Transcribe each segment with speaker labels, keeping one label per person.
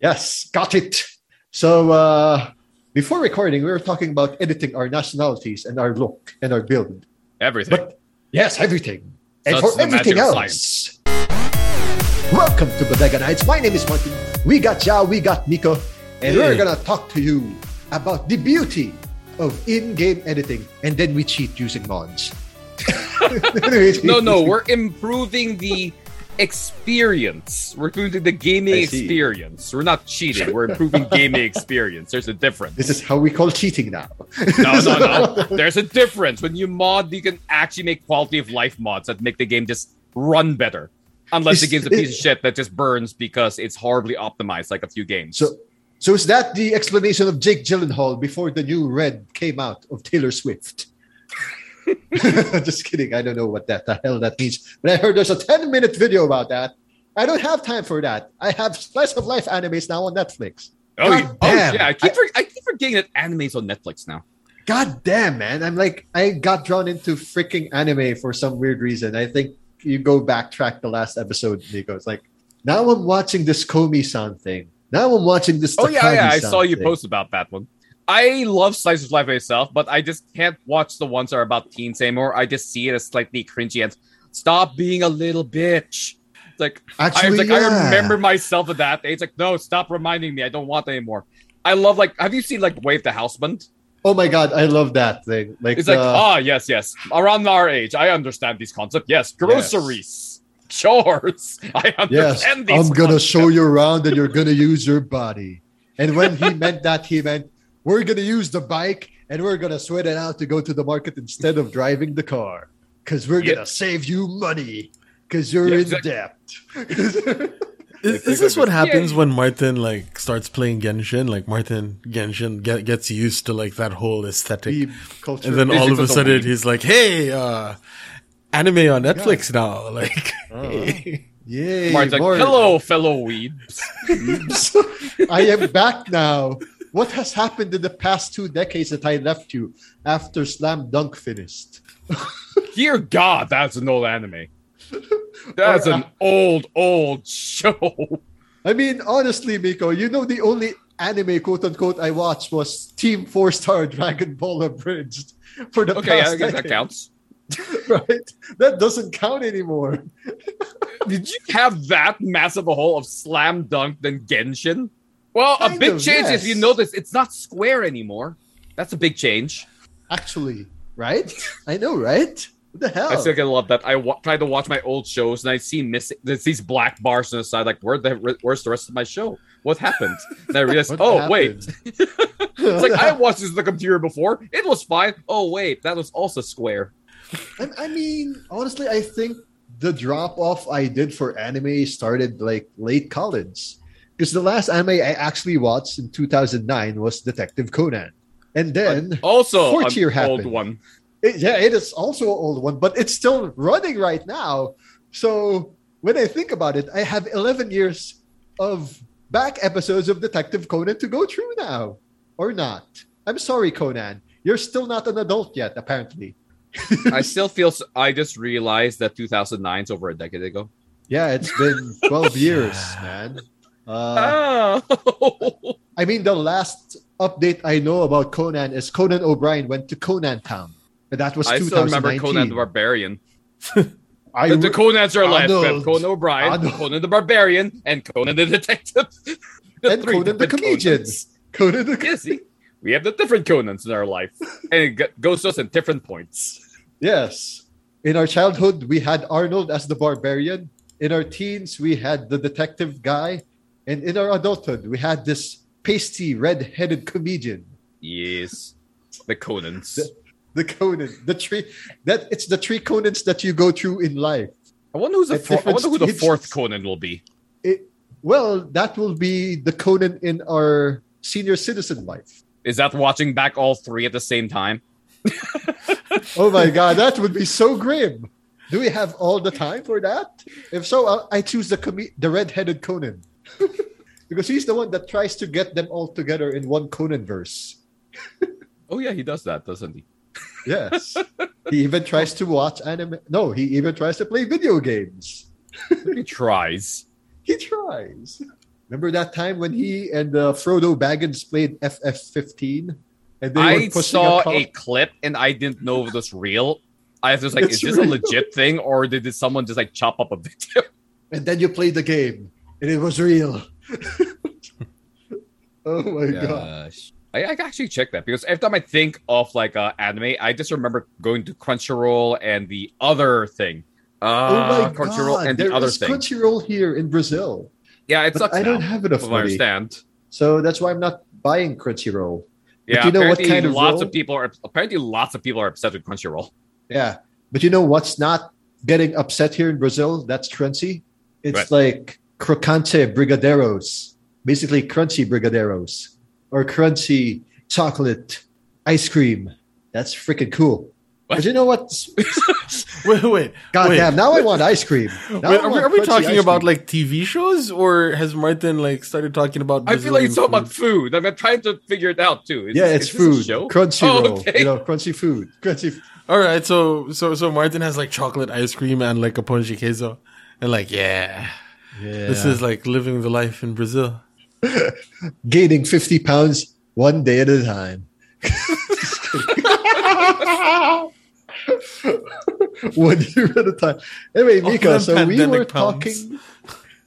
Speaker 1: Yes, got it. So uh, before recording, we were talking about editing our nationalities and our look and our build.
Speaker 2: Everything.
Speaker 1: But yes, everything. And
Speaker 2: That's
Speaker 1: for
Speaker 2: the
Speaker 1: everything
Speaker 2: magic of
Speaker 1: else. Welcome to Bodega Nights. My name is Martin. We got Yao, we got Nico, and we're
Speaker 2: Yeah.
Speaker 1: going to talk to you about the beauty of in game editing, and then we cheat using mods.
Speaker 2: no, no, we're improving the experience. We're improving the gaming
Speaker 1: I see.
Speaker 2: experience. We're not cheating. We're improving gaming experience. There's a difference.
Speaker 1: This is how we call cheating now.
Speaker 2: No, no, no. There's a difference. When you mod, you can actually make quality of life mods that make the game just run better. Unless the
Speaker 1: Is-
Speaker 2: game's a piece of shit that just burns because it's horribly optimized, like a few games.
Speaker 1: So, so is that the explanation of Jake Gyllenhaal before the new Red came out of Taylor Swift? Just kidding. I don't know what that the hell that means. But I heard there's a 10 minute video about that. I don't have time for that. I have slice of life animes now on Netflix.
Speaker 2: oh,
Speaker 1: God
Speaker 2: you- oh,
Speaker 1: damn.
Speaker 2: yeah. I keep, for- I keep forgetting that anime's on Netflix now.
Speaker 1: God damn, man. I'm like, I got drawn into freaking anime for some weird reason. I think you go backtrack the last episode, Nico. It's like, now I'm watching this Komi san thing. Now I'm watching this.
Speaker 2: Oh yeah, yeah, I
Speaker 1: Takagi-san
Speaker 2: saw you
Speaker 1: thing.
Speaker 2: post about that one. I love slice of life myself, but I just can't watch the ones that are about teens anymore. I just see it as slightly cringy and stop being a little bitch. It's Like I was
Speaker 1: Actually,
Speaker 2: like,
Speaker 1: yeah.
Speaker 2: I remember myself at that age. Like, no, stop reminding me. I don't want that anymore. I love like, have you seen like Wave the Houseband?
Speaker 1: Oh my god, I love that thing. Like,
Speaker 2: It's like,
Speaker 1: uh,
Speaker 2: ah, yes, yes. Around our age, I understand these concepts. Yes, groceries, chores. I understand
Speaker 1: yes, I'm
Speaker 2: these.
Speaker 1: gonna
Speaker 2: concepts.
Speaker 1: show you around, and you're gonna use your body. And when he meant that, he meant we're gonna use the bike, and we're gonna sweat it out to go to the market instead of driving the car, because we're
Speaker 2: Yeah.
Speaker 1: gonna save you money, because you're
Speaker 2: Yeah,
Speaker 1: in
Speaker 2: exact-
Speaker 1: debt.
Speaker 3: Is, is this what happens when Martin like starts playing Genshin? Like Martin Genshin get, gets used to like that whole aesthetic,
Speaker 1: Meme culture.
Speaker 3: and then all of
Speaker 2: Basically,
Speaker 3: a
Speaker 2: it's a
Speaker 3: sudden
Speaker 2: weeb.
Speaker 3: he's like, "Hey, uh, anime on Netflix now!" Like, hey.
Speaker 1: Yay,
Speaker 2: Martin's like,
Speaker 1: Martin.
Speaker 2: hello, fellow weebs.
Speaker 1: I am back now. What has happened in the past two decades that I left you after Slam Dunk finished?
Speaker 2: Dear God, that's an old anime. That's
Speaker 1: Or,
Speaker 2: an
Speaker 1: uh,
Speaker 2: old, old show.
Speaker 1: I mean, honestly, Miko, you know the only anime quote unquote I watched was Team Four Star Dragon Ball Abridged for the
Speaker 2: Okay,
Speaker 1: past
Speaker 2: I guess that
Speaker 1: decade,
Speaker 2: counts.
Speaker 1: right? That doesn't count anymore.
Speaker 2: Did you have that massive a hole of Slam Dunk than Genshin? Well, a
Speaker 1: Kind
Speaker 2: big
Speaker 1: of,
Speaker 2: change is you
Speaker 1: yes.
Speaker 2: notice it's not Square anymore. That's a big change.
Speaker 1: Actually, right? I know, right? What the hell?
Speaker 2: I still get a lot of that. I wa- try to watch my old shows and I see missing. There's these black bars on the side. Like, where the where's the rest of my show? What happened? And I realized,
Speaker 1: What
Speaker 2: oh wait,
Speaker 1: happened?
Speaker 2: it's like I watched this on the computer before. It was fine. Oh wait, that was also Square.
Speaker 1: I, I mean, honestly, I think the drop off I did for anime started like late college. Because the last anime I actually watched in 2009 was Detective Conan. And then,
Speaker 2: Also,
Speaker 1: Fourth
Speaker 2: an
Speaker 1: year
Speaker 2: old
Speaker 1: happened.
Speaker 2: one.
Speaker 1: it- yeah, it is also an old one, but it's still running right now. So when I think about it, I have 11 years of back episodes of Detective Conan to go through now, or not. I'm sorry, Conan. You're still not an adult yet, apparently.
Speaker 2: I still feel. s I I just realized that 2009 is over a decade ago.
Speaker 1: Yeah, it's been 12 years, man. Uh,
Speaker 2: oh,
Speaker 1: I mean, the last update I know about Conan is Conan O'Brien went to Conan Town. And that was
Speaker 2: I still remember
Speaker 1: 2019.
Speaker 2: Conan the Barbarian.
Speaker 1: I,
Speaker 2: the Conans are alive. We have
Speaker 1: Arnold.
Speaker 2: Conan O'Brien,
Speaker 1: Arnold.
Speaker 2: Conan the Barbarian, and Conan the Detective. The
Speaker 1: And
Speaker 2: three
Speaker 1: Conan the
Speaker 2: different
Speaker 1: Comedian.
Speaker 2: Conans.
Speaker 1: Conan the
Speaker 2: Yes, see, we have the different Conans in our life, and it go- goes to us in different points.
Speaker 1: Yes. In our childhood, we had Arnold as the barbarian. In our teens, we had the detective guy. And in our adulthood, we had this pasty, red headed comedian,
Speaker 2: Yes, the Conans.
Speaker 1: the Conan. The tree that it's the three Conans that you go through in life.
Speaker 2: I wonder who's the
Speaker 1: At
Speaker 2: four- I
Speaker 1: different
Speaker 2: wonder who the
Speaker 1: stages.
Speaker 2: fourth Conan will be.
Speaker 1: It, well, that will be the Conan in our senior citizen life.
Speaker 2: Is that watching back all three at the same time?
Speaker 1: Oh my God, that would be so grim. Do we have all the time for that? If so, I, I choose the com- the red-headed Conan because he's the one that tries to get them all together in one Conan verse.
Speaker 2: Oh yeah, he does that, doesn't he?
Speaker 1: Yes, he even tries to watch anime. No, he even tries to play video games.
Speaker 2: He tries.
Speaker 1: He tries. Remember that time when he and uh, Frodo Baggins played FF15? And they
Speaker 2: I
Speaker 1: were pushing
Speaker 2: saw
Speaker 1: col-
Speaker 2: a clip and I didn't know if it was real. I was just like,
Speaker 1: It's
Speaker 2: is this a
Speaker 1: real.
Speaker 2: legit thing or did this- someone just like chop up a video?
Speaker 1: and then you played the game, and it was real. oh my god!
Speaker 2: Gosh. I, I can actually check that because every time I think of like uh, anime, I just remember going to Crunchyroll and the other thing.
Speaker 1: oh
Speaker 2: Uh,
Speaker 1: my
Speaker 2: Crunchyroll
Speaker 1: god!
Speaker 2: and
Speaker 1: There
Speaker 2: the other
Speaker 1: is
Speaker 2: thing.
Speaker 1: Crunchyroll here in Brazil,
Speaker 2: yeah, it
Speaker 1: but
Speaker 2: sucks.
Speaker 1: I don't
Speaker 2: now,
Speaker 1: have enough
Speaker 2: from what I
Speaker 1: money,
Speaker 2: understand.
Speaker 1: so that's why I'm not buying Crunchyroll. But
Speaker 2: Yeah,
Speaker 1: you know what
Speaker 2: apparently
Speaker 1: kind of
Speaker 2: lots
Speaker 1: role?
Speaker 2: of people are apparently lots of people are upset with Crunchyroll.
Speaker 1: Yeah, but you know what's not getting upset here in Brazil? That's crunchy. It's
Speaker 2: Right.
Speaker 1: like crocante brigadeiros, basically crunchy brigadeiros or crunchy chocolate ice cream. That's freaking cool.
Speaker 2: What?
Speaker 1: But you know what?
Speaker 3: Wait, wait.
Speaker 1: God
Speaker 3: wait.
Speaker 1: damn! Now I want ice cream. Now I
Speaker 3: Wait, are we,
Speaker 1: want
Speaker 3: are we
Speaker 1: crunchy ice
Speaker 3: talking
Speaker 1: cream.
Speaker 3: about like TV shows, or has Martin like started talking about?
Speaker 2: I feel like it's all about
Speaker 3: Brazilian
Speaker 2: food. I've been trying to figure it out too. Is
Speaker 1: yeah,
Speaker 2: this-
Speaker 1: it's
Speaker 2: is this a
Speaker 1: food,
Speaker 2: show?
Speaker 1: crunchy
Speaker 2: Oh,
Speaker 1: roll,
Speaker 2: okay.
Speaker 1: you know, crunchy food, crunchy. f-
Speaker 3: food? All right, so so so Martin has like chocolate ice cream and like a pão de queso, and like yeah, this is like living the life in Brazil.
Speaker 1: gaining fifty pounds one day at a time. one year at a time. Anyway,
Speaker 3: All
Speaker 1: Mika,
Speaker 3: them
Speaker 1: so we
Speaker 3: pandemic
Speaker 1: were
Speaker 3: pounds.
Speaker 1: talking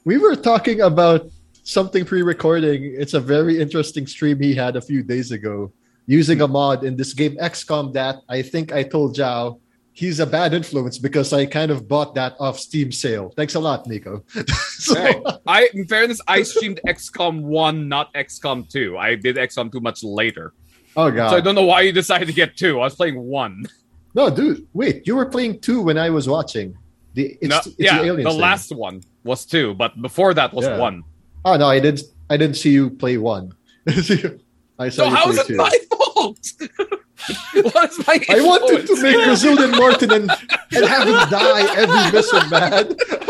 Speaker 1: we were talking about something pre-recording. It's a very interesting stream he had a few days ago using a mod in this game XCOM that I think I told Zhao he's a bad influence because I kind of bought that off Steam sale. Thanks a lot, Nico. So-
Speaker 2: Right. I, in fairness, I streamed XCOM 1, not XCOM 2. I did XCOM 2 much later.
Speaker 1: Oh god.
Speaker 2: So I don't know why you decided to get 2. I was playing 1.
Speaker 1: No, dude, wait. You were playing two when I was watching. The it's,
Speaker 2: No,
Speaker 1: it's
Speaker 2: yeah,
Speaker 1: the
Speaker 2: the,
Speaker 1: aliens. thing.
Speaker 2: last one was 2, but before that was
Speaker 1: Yeah.
Speaker 2: 1.
Speaker 1: Oh no, I didn't. I didn't see you play one. I saw
Speaker 2: So
Speaker 1: you
Speaker 2: how
Speaker 1: play
Speaker 2: is it
Speaker 1: two.
Speaker 2: my fault? what is my
Speaker 1: I wanted to
Speaker 2: influence?
Speaker 1: make Brazilian Martin and, and have him die every mission, man.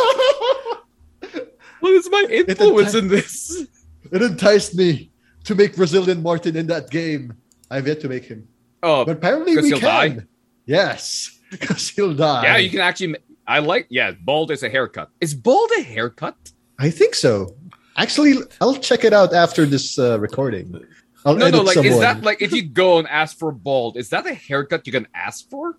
Speaker 2: What is my influence in this?
Speaker 1: It enticed me to make Brazilian Martin in that game. I've yet to make him,
Speaker 2: Oh,
Speaker 1: but apparently
Speaker 2: 'Cause
Speaker 1: we
Speaker 2: he'll
Speaker 1: can.
Speaker 2: die?
Speaker 1: Yes, because he'll die.
Speaker 2: yeah, you can actually. ma- I like. Yeah, bald is a haircut. Is bald a haircut?
Speaker 1: I think so. Actually, I'll check it out after this uh, recording. I'll
Speaker 2: No,
Speaker 1: edit
Speaker 2: no. Like,
Speaker 1: someone.
Speaker 2: is that like if you go and ask for bald? Is that a haircut you can ask for?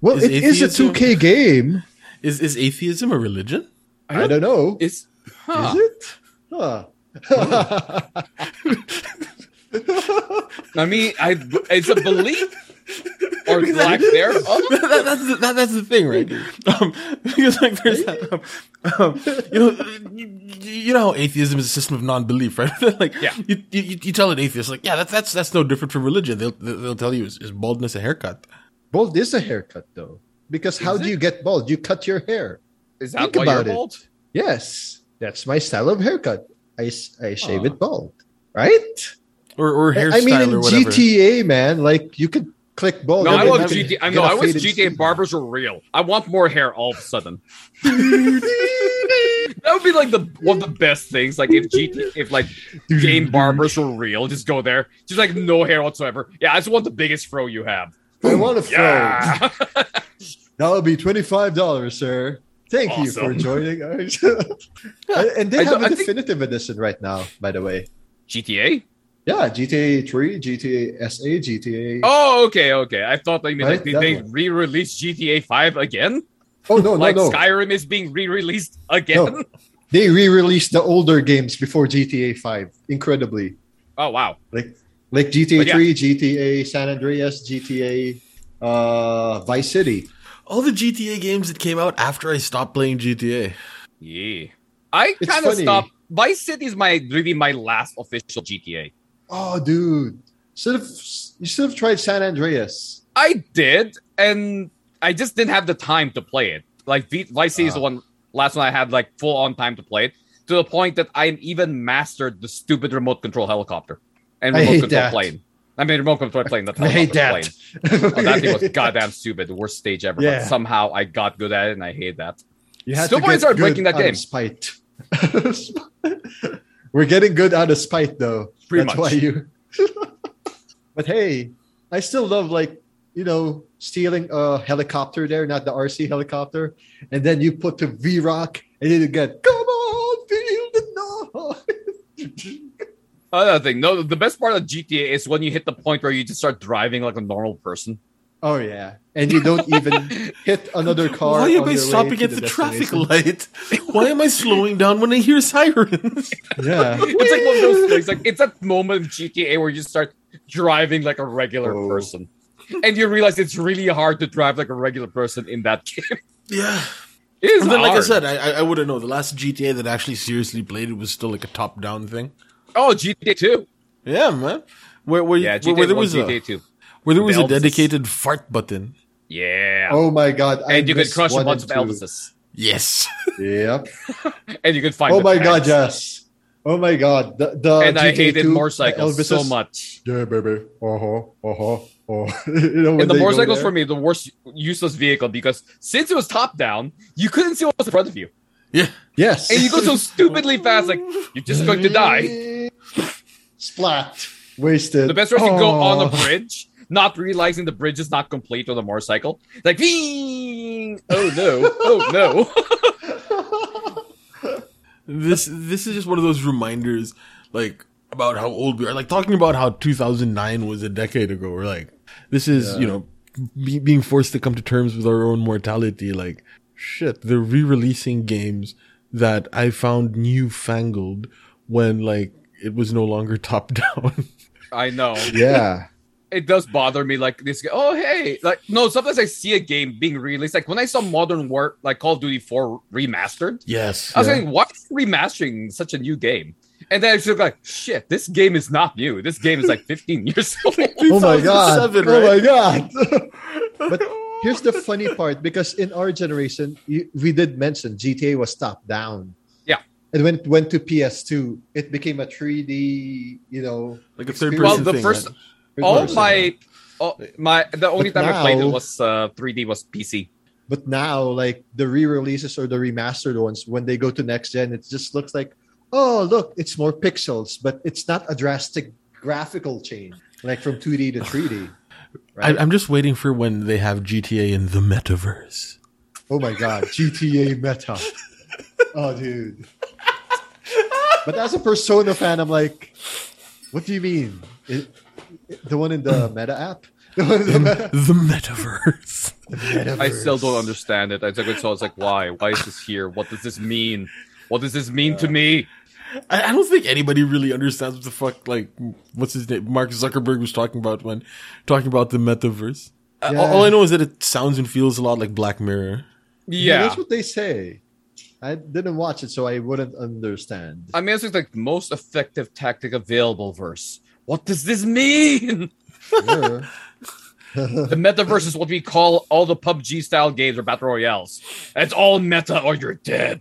Speaker 1: Well,
Speaker 3: Is
Speaker 1: it is a
Speaker 3: atheism-
Speaker 1: 2K game.
Speaker 3: Is is atheism a religion?
Speaker 1: I don't know.
Speaker 2: Is, huh.
Speaker 1: Is it? Huh.
Speaker 2: I mean, I it's a belief or
Speaker 3: Because
Speaker 2: lack
Speaker 3: I-
Speaker 2: thereof.
Speaker 3: That- that- that's, the, that- that's the thing, right? Um, because like there's that, um, um, you know, you, you know how atheism is a system of non-belief, right? like,
Speaker 2: Yeah.
Speaker 3: you, you you tell an atheist, like, yeah, that's that's that's no different from religion. They'll they'll tell you, is, is baldness a haircut?
Speaker 1: bald is a haircut, though, because how do you get bald? You cut your hair.
Speaker 2: Is
Speaker 1: Think
Speaker 2: that why you're
Speaker 1: about it.
Speaker 2: bald?
Speaker 1: Yes, that's my style of haircut. I, s- I shave
Speaker 2: Aw.
Speaker 1: it bald, right?
Speaker 3: Or or hairstyle
Speaker 1: I mean, in
Speaker 3: or whatever?
Speaker 1: GTA, man, like you could click bald.
Speaker 2: No,
Speaker 1: and
Speaker 2: I
Speaker 1: then
Speaker 2: want
Speaker 1: you can
Speaker 2: GTA. I
Speaker 1: get
Speaker 2: know
Speaker 1: a
Speaker 2: I wish
Speaker 1: faded
Speaker 2: GTA
Speaker 1: skin.
Speaker 2: barbers were real. I want more hair all of a sudden. that would be like the one of the best things. Like if GT, if like game barbers were real, just go there, just like no hair whatsoever. Yeah, I just want the biggest fro you have.
Speaker 1: I want a fro.
Speaker 2: Yeah.
Speaker 1: That'll be twenty five dollars, sir. Thank you for
Speaker 2: Awesome.
Speaker 1: joining us. and, and they
Speaker 2: I
Speaker 1: have
Speaker 2: don't-
Speaker 1: a
Speaker 2: I think-
Speaker 1: definitive edition right now, by the way.
Speaker 2: GTA.
Speaker 1: Yeah, GTA 3, GTA SA, GTA. Oh,
Speaker 2: Oh, okay, okay. I thought they meant like,
Speaker 1: Right,
Speaker 2: did
Speaker 1: that
Speaker 2: they
Speaker 1: one.
Speaker 2: re-release GTA Five again?
Speaker 1: Oh, no, no,
Speaker 2: like
Speaker 1: no.
Speaker 2: Skyrim is being re-released again.
Speaker 1: No. They re released the older games before GTA 5, incredibly.
Speaker 2: Oh wow.
Speaker 1: Like like GTA
Speaker 2: But yeah.
Speaker 1: 3, GTA San Andreas, GTA uh, Vice City.
Speaker 3: All the GTA games that came out after I stopped playing GTA.
Speaker 2: Yeah. I
Speaker 1: It's
Speaker 2: kind of
Speaker 1: funny.
Speaker 2: stopped. Vice City is my really my last official GTA.
Speaker 1: Oh, dude. Should have, you should have tried San Andreas.
Speaker 2: I did, and I just didn't have the time to play it. Like v- Vice City is the
Speaker 1: Ah.
Speaker 2: one last one I had like full on time to play it to the point that I'm even mastered the stupid remote control helicopter and
Speaker 1: I
Speaker 2: remote
Speaker 1: hate
Speaker 2: control
Speaker 1: that.
Speaker 2: plane. I mean remote control plane. Not
Speaker 1: I hate
Speaker 2: helicopter
Speaker 1: that.
Speaker 2: Plane. Oh, that thing was goddamn stupid. The worst stage ever.
Speaker 1: Yeah.
Speaker 2: But somehow I got good at it, and I hate that.
Speaker 1: You had
Speaker 2: Still
Speaker 1: to
Speaker 2: wanna
Speaker 1: get
Speaker 2: start
Speaker 1: good
Speaker 2: breaking that
Speaker 1: out of
Speaker 2: game.
Speaker 1: Spite. We're getting good out of spite, though.
Speaker 2: Pretty
Speaker 1: That's
Speaker 2: much.
Speaker 1: why you. but hey, I still love like you know stealing a helicopter there, not the RC helicopter, and then you put to V Rock, and then you get come on, feel the noise.
Speaker 2: Another thing, no, the best part of GTA is when you hit the point where you just start driving like a normal person.
Speaker 1: Oh yeah, and you don't even hit another car.
Speaker 3: Why am
Speaker 1: on
Speaker 3: I
Speaker 1: your way
Speaker 3: stopping
Speaker 1: to
Speaker 3: at the, traffic
Speaker 1: destination.
Speaker 3: light? Why am I slowing down when I hear sirens?
Speaker 1: Yeah.
Speaker 2: It's like one of those things. Like it's that moment of GTA where you just start driving like a regular
Speaker 1: Oh.
Speaker 2: person, and you realize it's really hard to drive like a regular person in that game.
Speaker 3: yeah.
Speaker 2: It is
Speaker 3: And then, like I
Speaker 2: hard.
Speaker 3: said, I, I, I wouldn't know. The last GTA that I actually seriously played it was still like a top down thing.
Speaker 2: oh GTA Two,
Speaker 3: Yeah, man. Where, where,
Speaker 2: yeah,
Speaker 3: yeah,
Speaker 2: GTA
Speaker 3: where, where there
Speaker 2: One,
Speaker 3: was
Speaker 2: GTA
Speaker 3: a,
Speaker 2: Two,
Speaker 3: where there was a
Speaker 2: Belts.
Speaker 3: dedicated fart button.
Speaker 2: yeah,
Speaker 1: Oh my god! I
Speaker 2: and you could
Speaker 1: missed
Speaker 2: crush a
Speaker 1: one
Speaker 2: bunch of
Speaker 1: and two.
Speaker 2: Elvises,
Speaker 3: Yes.
Speaker 1: Yep.
Speaker 2: and you could find.
Speaker 1: Oh
Speaker 2: the
Speaker 1: my god!
Speaker 2: tanks.
Speaker 1: Yes. Oh my god! The, the
Speaker 2: And I
Speaker 1: GTA
Speaker 2: hated
Speaker 1: 2,
Speaker 2: motorcycles
Speaker 1: Elvises.
Speaker 2: so much.
Speaker 1: Yeah, baby. Uh huh. Uh huh. Oh. you know, when
Speaker 2: And the
Speaker 1: they go
Speaker 2: motorcycles
Speaker 1: there.
Speaker 2: for me the worst useless vehicle because since it was top down, you couldn't see what was in front of you,
Speaker 3: Yeah.
Speaker 1: Yes.
Speaker 2: and you go so stupidly fast, like you're just going to die.
Speaker 1: Splat. Wasted. Oh.
Speaker 2: The best was to go on the
Speaker 1: Aw.
Speaker 2: bridge, not realizing the bridge is not complete on the motorcycle. Like, "Bing!" oh no, oh no.
Speaker 3: This this is just one of those reminders, like about how old we are. Like talking about how 2009 was a decade ago. We're like, this is
Speaker 1: Yeah.
Speaker 3: you know be, being forced to come to terms with our own mortality. Like, shit, they're re-releasing games that I found newfangled when like it was no longer top down.
Speaker 2: I know.
Speaker 1: Yeah.
Speaker 2: It does bother me. Like this. Oh hey, like no. Sometimes I see a game being released. Like when I saw Modern War, like Call of Duty Four remastered,
Speaker 3: yes,
Speaker 2: I was
Speaker 3: yeah.
Speaker 2: like, why is remastering such a new game? And then I was just like, shit, this game is not new. This game is like 15 years old.
Speaker 1: Oh my god.
Speaker 3: 2007,
Speaker 1: Oh my
Speaker 3: right?
Speaker 1: god. but
Speaker 3: Oh
Speaker 1: here's the funny part because in our generation, you, we did mention GTA was top down.
Speaker 2: Yeah.
Speaker 1: And when it went to PS2, it became a 3D, you know.
Speaker 3: Like a third person
Speaker 2: Well, the
Speaker 3: thing,
Speaker 2: first-
Speaker 3: right?
Speaker 2: all
Speaker 1: person.
Speaker 2: my, all, my. The only
Speaker 1: But
Speaker 2: time I played it
Speaker 1: now-
Speaker 2: was uh, 3D was PC.
Speaker 1: But now, like the re releases or the remastered ones, when they go to next gen, it just looks like, oh, look, it's more pixels, but it's not a drastic graphical change, like from 2D to 3D.
Speaker 3: I, I'm just waiting for when they have GTA in the metaverse.
Speaker 1: Oh my god, GTA meta. Oh dude. But as a Persona fan, I'm like, what do you mean? It- it- the one in the meta app? The one in the meta-
Speaker 3: The metaverse.
Speaker 2: I still don't understand it. I took it, so I was like, why? Why is this here? What does this mean? What does this mean to me?
Speaker 3: I, I don't think anybody really understands what the fuck, like, what's his name? Mark Zuckerberg was talking about when talking about the metaverse. Uh, all-
Speaker 1: Yeah.
Speaker 3: all I know is that it sounds and feels a lot like Black Mirror.
Speaker 2: Yeah.
Speaker 1: That's what they say. I didn't watch it, so I wouldn't understand.
Speaker 2: I mean, it's like the most effective tactic available verse. What does this mean?
Speaker 1: Sure.
Speaker 2: The metaverse is what we call all the PUBG style games or battle royales. It's all meta or you're dead.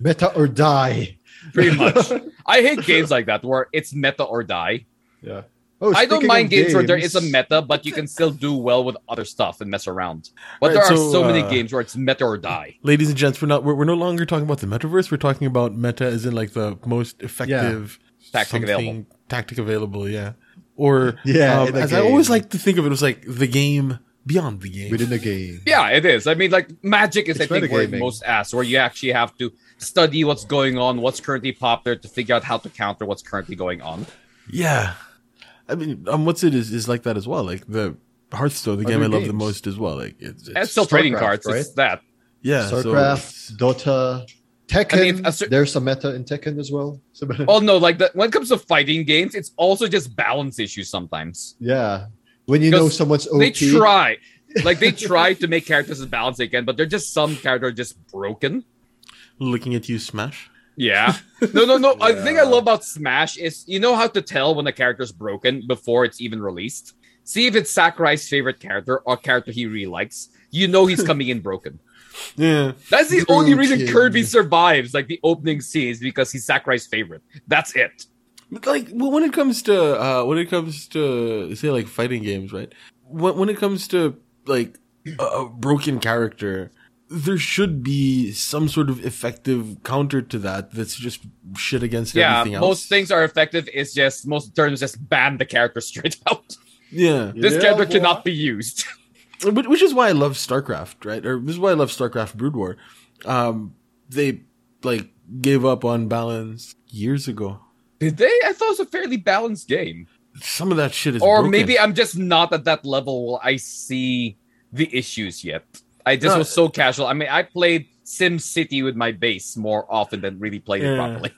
Speaker 1: meta or die.
Speaker 2: Pretty much. I hate games like that where it's meta or die.
Speaker 1: Yeah. Oh,
Speaker 2: I don't
Speaker 1: speaking
Speaker 2: mind
Speaker 1: of
Speaker 2: games, where there is a meta, but you can still do well with other stuff and mess around. But
Speaker 3: Right,
Speaker 2: there are
Speaker 3: so,
Speaker 2: so many
Speaker 3: uh,
Speaker 2: games where it's meta or die.
Speaker 3: Ladies and gents, we're not, we're, we're no longer talking about the metaverse. We're talking about meta as in, like, the most effective
Speaker 2: Tactic
Speaker 3: something-
Speaker 2: available.
Speaker 3: Tactic available, yeah. Or,
Speaker 1: Yeah,
Speaker 3: um,
Speaker 1: in a
Speaker 3: as I always
Speaker 1: game.
Speaker 3: like to think of it, it was like the game beyond the game.
Speaker 1: within the game.
Speaker 2: Yeah, it is. I mean, like magic is
Speaker 1: It's
Speaker 2: I think where it
Speaker 1: metagaming.
Speaker 2: most asks, where you actually have to study what's going on, what's currently popular, to figure out how to counter what's currently going on.
Speaker 3: Yeah, I mean, um, what's it is is like that as well. Like the Hearthstone, the game
Speaker 1: Other
Speaker 3: I love the
Speaker 1: games.
Speaker 3: most as well. Like it's,
Speaker 2: And
Speaker 3: it's
Speaker 2: still trading
Speaker 1: StarCraft,
Speaker 2: cards. It's that.
Speaker 3: yeah, so
Speaker 1: StarCraft,
Speaker 3: it's-
Speaker 1: Dota, Tekken.
Speaker 2: I mean, a cer-
Speaker 1: there's a meta in Tekken as well. So-
Speaker 2: Oh no, like that. When it comes to fighting games, it's also just balance issues sometimes.
Speaker 1: Yeah. When you know
Speaker 2: Because
Speaker 1: someone's OP.
Speaker 2: They try, like they try to make characters as balanced as they can, but they're just some characters are just broken.
Speaker 3: looking at you, Smash.
Speaker 2: Yeah. No, no, no. The thing I
Speaker 1: Yeah.
Speaker 2: love about Smash is you know how to tell when a character's broken before it's even released. See if it's Sakurai's favorite character or character he really likes. You know he's coming in broken.
Speaker 3: Yeah,
Speaker 2: That's the only reason
Speaker 1: Broken.
Speaker 2: Kirby survives, like the opening scene, is because he's Sakurai's favorite. That's it.
Speaker 3: but like well, when it comes to uh, when it comes to say like fighting games, right? When when it comes to like a, a broken character, there should be some sort of effective counter to that. That's just shit against
Speaker 2: Yeah,
Speaker 3: everything else.
Speaker 2: most things are effective. It's just most terms just ban the character straight out.
Speaker 3: yeah,
Speaker 2: This
Speaker 1: Yeah,
Speaker 2: character
Speaker 1: boy.
Speaker 2: cannot be used.
Speaker 3: Which which is why I love StarCraft, right? Or this is why I love StarCraft Brood War. Um, they like gave up on balance years ago.
Speaker 2: Did they? I thought it was a fairly balanced game.
Speaker 3: Some of that shit is
Speaker 2: or
Speaker 3: broken.
Speaker 2: maybe I'm just not at that level where I see the issues yet. I just
Speaker 3: No.
Speaker 2: was so casual. I mean, I played Sim City with my base more often than really played it
Speaker 3: Yeah.
Speaker 2: properly.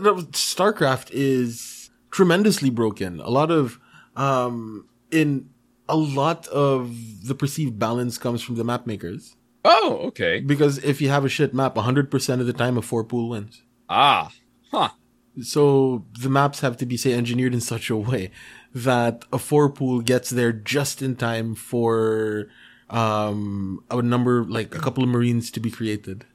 Speaker 3: No, StarCraft is tremendously broken. A lot of um in a lot of the perceived balance comes from the map makers
Speaker 2: Oh, okay.
Speaker 3: because if you have a shit map 100% of the time a four pool wins.
Speaker 2: Ah, huh.
Speaker 3: So the maps have to be say engineered in such a way that a four pool gets there just in time for um a number like a couple of marines to be created.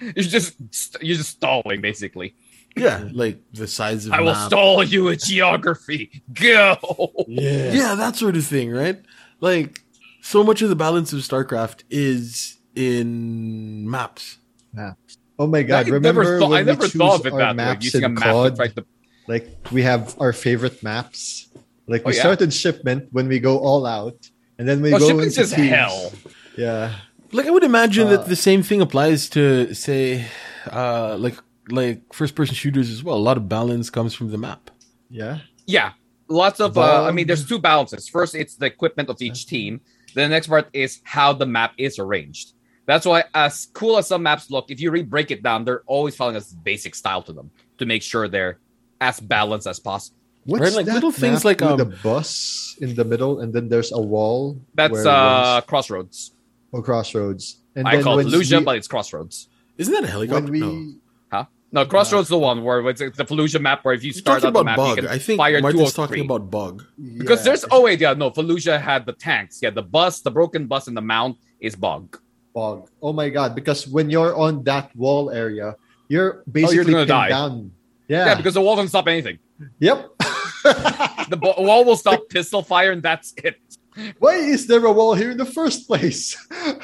Speaker 2: You're just st- you're just stalling, basically.
Speaker 3: Yeah, like the size of
Speaker 2: I will
Speaker 3: map.
Speaker 2: stall you at geography. Go.
Speaker 1: Yeah.
Speaker 3: yeah, that sort of thing, right? Like so much of the balance of StarCraft is in maps.
Speaker 1: Oh my god!
Speaker 2: I
Speaker 1: remember
Speaker 2: never thought,
Speaker 1: when
Speaker 2: I never
Speaker 1: we choose
Speaker 2: thought of it
Speaker 1: our
Speaker 2: that way.
Speaker 1: maps
Speaker 2: Using a
Speaker 1: in
Speaker 2: map to
Speaker 1: COD?
Speaker 2: try to.
Speaker 1: Like we have our favorite maps. Like we
Speaker 2: Oh, yeah.
Speaker 1: started shipment when we go all out, and then we
Speaker 2: Oh,
Speaker 1: go
Speaker 2: shipment's
Speaker 1: into
Speaker 2: just
Speaker 1: teams.
Speaker 2: hell.
Speaker 1: Yeah,
Speaker 3: Like I would imagine
Speaker 1: Uh,
Speaker 3: that the same thing applies to say uh like like first person shooters as well. A lot of balance comes from the map.
Speaker 1: yeah.
Speaker 2: Yeah, lots of. Uh, I
Speaker 1: Vogue.
Speaker 2: mean, there's two balances. First, it's the equipment of each team. Then the next part is how the map is arranged. That's why, as cool as some maps look, if you re-break it down, they're always following a basic style to them to make sure they're as balanced as possible.
Speaker 1: What's
Speaker 3: Right, like
Speaker 1: that
Speaker 3: little things
Speaker 1: map
Speaker 3: like,
Speaker 1: with
Speaker 3: um,
Speaker 1: a bus in the middle, and then there's a wall.
Speaker 2: That's
Speaker 1: where
Speaker 2: uh,
Speaker 1: once-
Speaker 2: Crossroads.
Speaker 1: or crossroads. And
Speaker 2: I call it
Speaker 1: when
Speaker 2: Illusion,
Speaker 1: we-
Speaker 2: but it's Crossroads.
Speaker 3: Isn't that a helicopter?
Speaker 1: when we
Speaker 3: no.
Speaker 2: No, Crossroads is the one where it's it's the Fallujah map where if you
Speaker 3: He's
Speaker 2: start
Speaker 3: talking
Speaker 2: on the
Speaker 3: about
Speaker 2: map, you
Speaker 3: bug.
Speaker 2: can
Speaker 3: I think
Speaker 2: fire
Speaker 3: Martin's talking
Speaker 2: 203.
Speaker 3: about bug.
Speaker 2: Because
Speaker 1: Yeah,
Speaker 2: there's oh wait yeah no Fallujah had the tanks yeah the bus the broken bus and the mound is bog
Speaker 1: bog. Oh my god! Because when you're on that wall area, you're basically
Speaker 2: Oh, gonna
Speaker 1: pinned
Speaker 2: die.
Speaker 1: down.
Speaker 2: yeah.
Speaker 1: Yeah.
Speaker 2: because the wall doesn't stop anything
Speaker 1: yep.
Speaker 2: the bo- wall will stop pistol fire and that's it
Speaker 1: Why is there a wall here in the first place?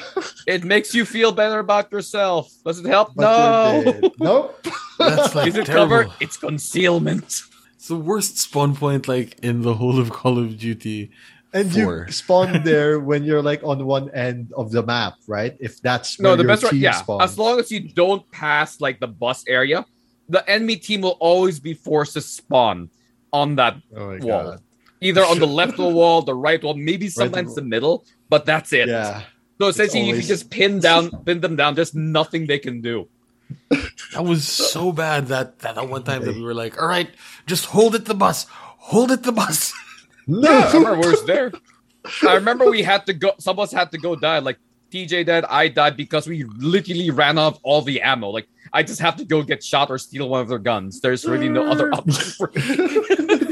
Speaker 2: it makes you feel better about yourself does it help
Speaker 1: But you're
Speaker 2: no
Speaker 1: dead. Nope.
Speaker 3: That's like
Speaker 2: is it
Speaker 3: terrible.
Speaker 2: cover it's concealment
Speaker 3: It's the worst spawn point like in the whole of Call of Duty.
Speaker 1: And
Speaker 3: Four.
Speaker 1: you spawn there when you're like on one end of the map, right? If that's
Speaker 2: no
Speaker 1: where
Speaker 2: the
Speaker 1: your
Speaker 2: best way
Speaker 1: team
Speaker 2: yeah
Speaker 1: spawns.
Speaker 2: as long as you don't pass like the bus area the enemy team will always be forced to spawn on that
Speaker 1: oh my
Speaker 2: wall.
Speaker 1: god.
Speaker 2: either on the left wall the right wall maybe sometimes the middle but that's it
Speaker 1: Yeah.
Speaker 2: So essentially, you
Speaker 1: always-
Speaker 2: can just pin down, pin them down. There's nothing they can do.
Speaker 3: That was so bad that that, that one time that we were like, all right, just hold it the bus. Hold it the bus.
Speaker 1: No.
Speaker 2: I remember we was there. I remember we had to go. Some of us had to go die. Like TJ died, I died because we literally ran out of all the ammo. Like I just have to go get shot or steal one of their guns. There's really no
Speaker 1: Mm.
Speaker 2: other option. For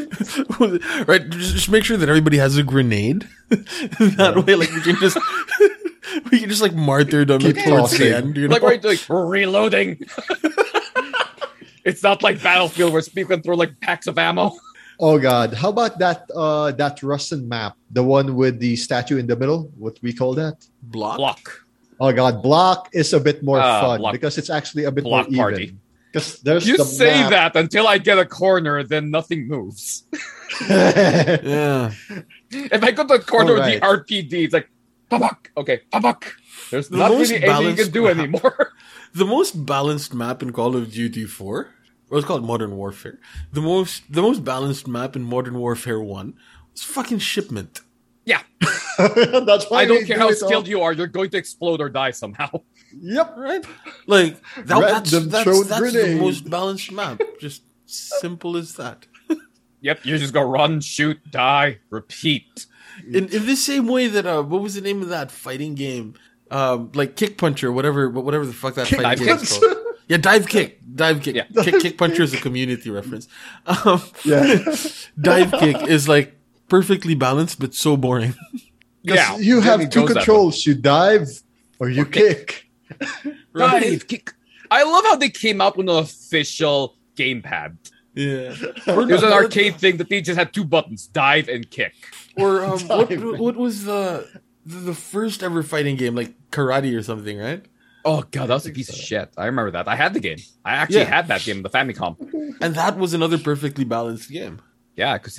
Speaker 3: right, just, just make sure that everybody has a grenade. that way, like we can just we can just like martyrdom it
Speaker 1: Keep
Speaker 3: towards
Speaker 1: tossing.
Speaker 3: the end. You know?
Speaker 2: like right, like reloading. it's not like Battlefield where people can throw like packs of ammo.
Speaker 1: Oh god. How about that uh that Russian map? The one with the statue in the middle? What we call that?
Speaker 3: block.
Speaker 2: Block.
Speaker 1: Oh god, block is a bit more
Speaker 2: Ah,
Speaker 1: fun
Speaker 2: block-
Speaker 1: because it's actually a bit
Speaker 2: block
Speaker 1: more
Speaker 2: party.
Speaker 1: even. Because there's
Speaker 2: You
Speaker 1: the
Speaker 2: say
Speaker 1: map.
Speaker 2: that until I get a corner, then nothing moves.
Speaker 3: Yeah,
Speaker 2: If I go to the corner
Speaker 1: All
Speaker 2: with the RPD, it's like, pabak. Okay, pabak. There's
Speaker 3: The
Speaker 2: not
Speaker 3: most
Speaker 2: really anything you can
Speaker 3: balanced
Speaker 2: do
Speaker 3: map.
Speaker 2: anymore.
Speaker 3: the most balanced map in Call of Duty Four. Well, it's called Modern Warfare. The most the most balanced map in Modern Warfare One was fucking shipment.
Speaker 2: yeah,
Speaker 1: That's why
Speaker 2: I
Speaker 1: we
Speaker 2: don't care how
Speaker 1: it all.
Speaker 2: skilled you are. You're going to explode or die somehow.
Speaker 1: Yep.
Speaker 3: Right? Like that, that's
Speaker 1: Random
Speaker 3: that's,
Speaker 1: thrown
Speaker 3: that's the
Speaker 1: grenade.
Speaker 3: most balanced map. Just simple as that.
Speaker 2: Yep, you're just gonna run, shoot, die, repeat.
Speaker 3: in, in the same way that uh, what was the name of that fighting game? Um, like kick puncher, whatever, wh- whatever the fuck that
Speaker 1: Kick
Speaker 3: fighting game is
Speaker 1: Puncher.
Speaker 3: called. Yeah, dive kick, dive kick,
Speaker 2: Yeah.
Speaker 3: kick, kick puncher is a community reference. Um,
Speaker 1: Yeah.
Speaker 3: dive kick is like perfectly balanced but so boring.
Speaker 2: Yeah,
Speaker 1: you
Speaker 2: Jimmy
Speaker 1: have two
Speaker 2: goes that
Speaker 1: controls. You dive or you kick.
Speaker 2: way. Dive, kick. I love how they came out with an official gamepad.
Speaker 3: Yeah.
Speaker 2: It was an arcade thing that they just had two buttons: dive and kick.
Speaker 3: Or um, what,
Speaker 1: Dive.
Speaker 3: what was the the first ever fighting game like karate or something, right?
Speaker 2: Oh god, that was a piece of shit. I remember that. I had the game. I actually
Speaker 3: Yeah.
Speaker 2: had that game, the Famicom.
Speaker 3: And that was another perfectly balanced game.
Speaker 2: Yeah, because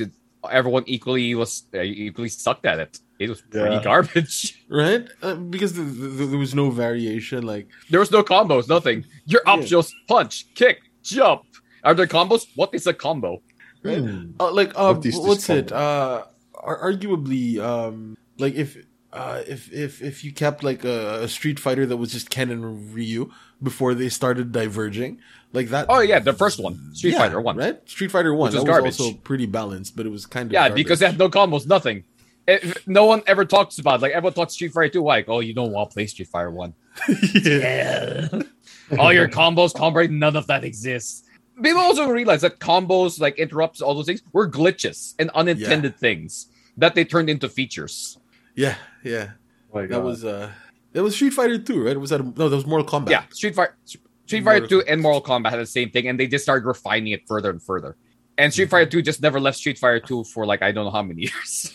Speaker 2: everyone equally was uh, equally sucked at it. It was pretty
Speaker 1: Yeah.
Speaker 2: garbage.
Speaker 3: Right, uh, because the, the, there was no variation. Like
Speaker 2: There was no combos, nothing. Your options punch, kick, jump, Are there combos? What is a combo?
Speaker 3: Right.
Speaker 1: Hmm.
Speaker 3: Uh, like uh,
Speaker 1: What is this
Speaker 3: what's it?
Speaker 1: combo?
Speaker 3: Uh, ar- arguably, um, like if uh, if if if you kept like a, a Street Fighter that was just Ken and Ryu before they started diverging, like that.
Speaker 2: Oh yeah, the first one, Street
Speaker 3: Yeah,
Speaker 2: Fighter One.
Speaker 3: right? Street Fighter One.
Speaker 2: Which was
Speaker 3: that was
Speaker 2: garbage.
Speaker 3: also pretty balanced, but it was kind of
Speaker 2: Yeah,
Speaker 3: garbage.
Speaker 2: because they had no combos, nothing. If no one ever talks about it. like everyone talks Street Fighter Two. Like, oh, you don't want to play Street Fighter One. Yeah. all your combos, combo, break, none of that exists. People also realize that combos, like interrupts, all those things, were glitches and unintended things that they turned into features.
Speaker 3: yeah, yeah.
Speaker 1: Oh My
Speaker 3: That
Speaker 1: God.
Speaker 3: was uh, that was Street Fighter Two, right? Was that no? That was Mortal Kombat.
Speaker 2: Yeah, Street Fighter, Street Fighter
Speaker 3: Mortal-
Speaker 2: Two, and Mortal Kombat had the same thing, and they just started refining it further and further. And Street Fighter Two just never left Street Fighter Two for like I don't know how many years.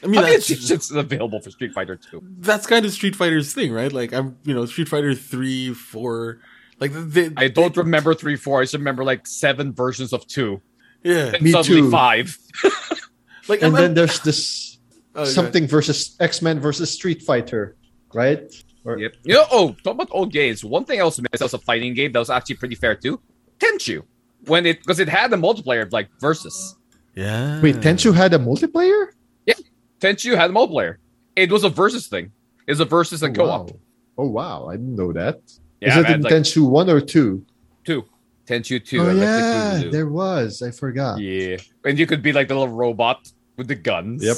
Speaker 3: I mean,
Speaker 2: how many
Speaker 3: that's,
Speaker 2: editions is available for Street Fighter Two?
Speaker 3: that's kind of Street Fighter's thing, right? Like I'm, you know, Street Fighter Three, Four, like they,
Speaker 2: I don't remember three, four. I just remember like seven versions of two.
Speaker 3: yeah,
Speaker 2: And
Speaker 1: Me
Speaker 2: suddenly
Speaker 1: too.
Speaker 2: five.
Speaker 3: like
Speaker 1: and
Speaker 3: I'm-
Speaker 1: then there's this
Speaker 3: oh, go ahead.
Speaker 1: something versus X Men versus Street Fighter, right? Or,
Speaker 2: Yep. You know, oh, talk about old games. One thing I also missed that was a fighting game that was actually pretty fair too. Tenchu. When it because it had a multiplayer of, like versus.
Speaker 3: Yeah.
Speaker 1: Wait, Tenchu had a multiplayer?
Speaker 2: Tenchu had a multiplayer. It was a versus thing. It's a versus and
Speaker 1: oh,
Speaker 2: co-op.
Speaker 1: Wow. Oh wow, I didn't know that. Is
Speaker 2: Yeah,
Speaker 1: it
Speaker 2: man,
Speaker 1: in
Speaker 2: it's like
Speaker 1: Tenchu one or two?
Speaker 2: two. Tenchu two.
Speaker 1: Oh
Speaker 2: and, like, the
Speaker 1: yeah,
Speaker 2: Kuzu.
Speaker 1: there was. I forgot.
Speaker 2: yeah. And you could be like the little robot with the guns.
Speaker 1: Yep.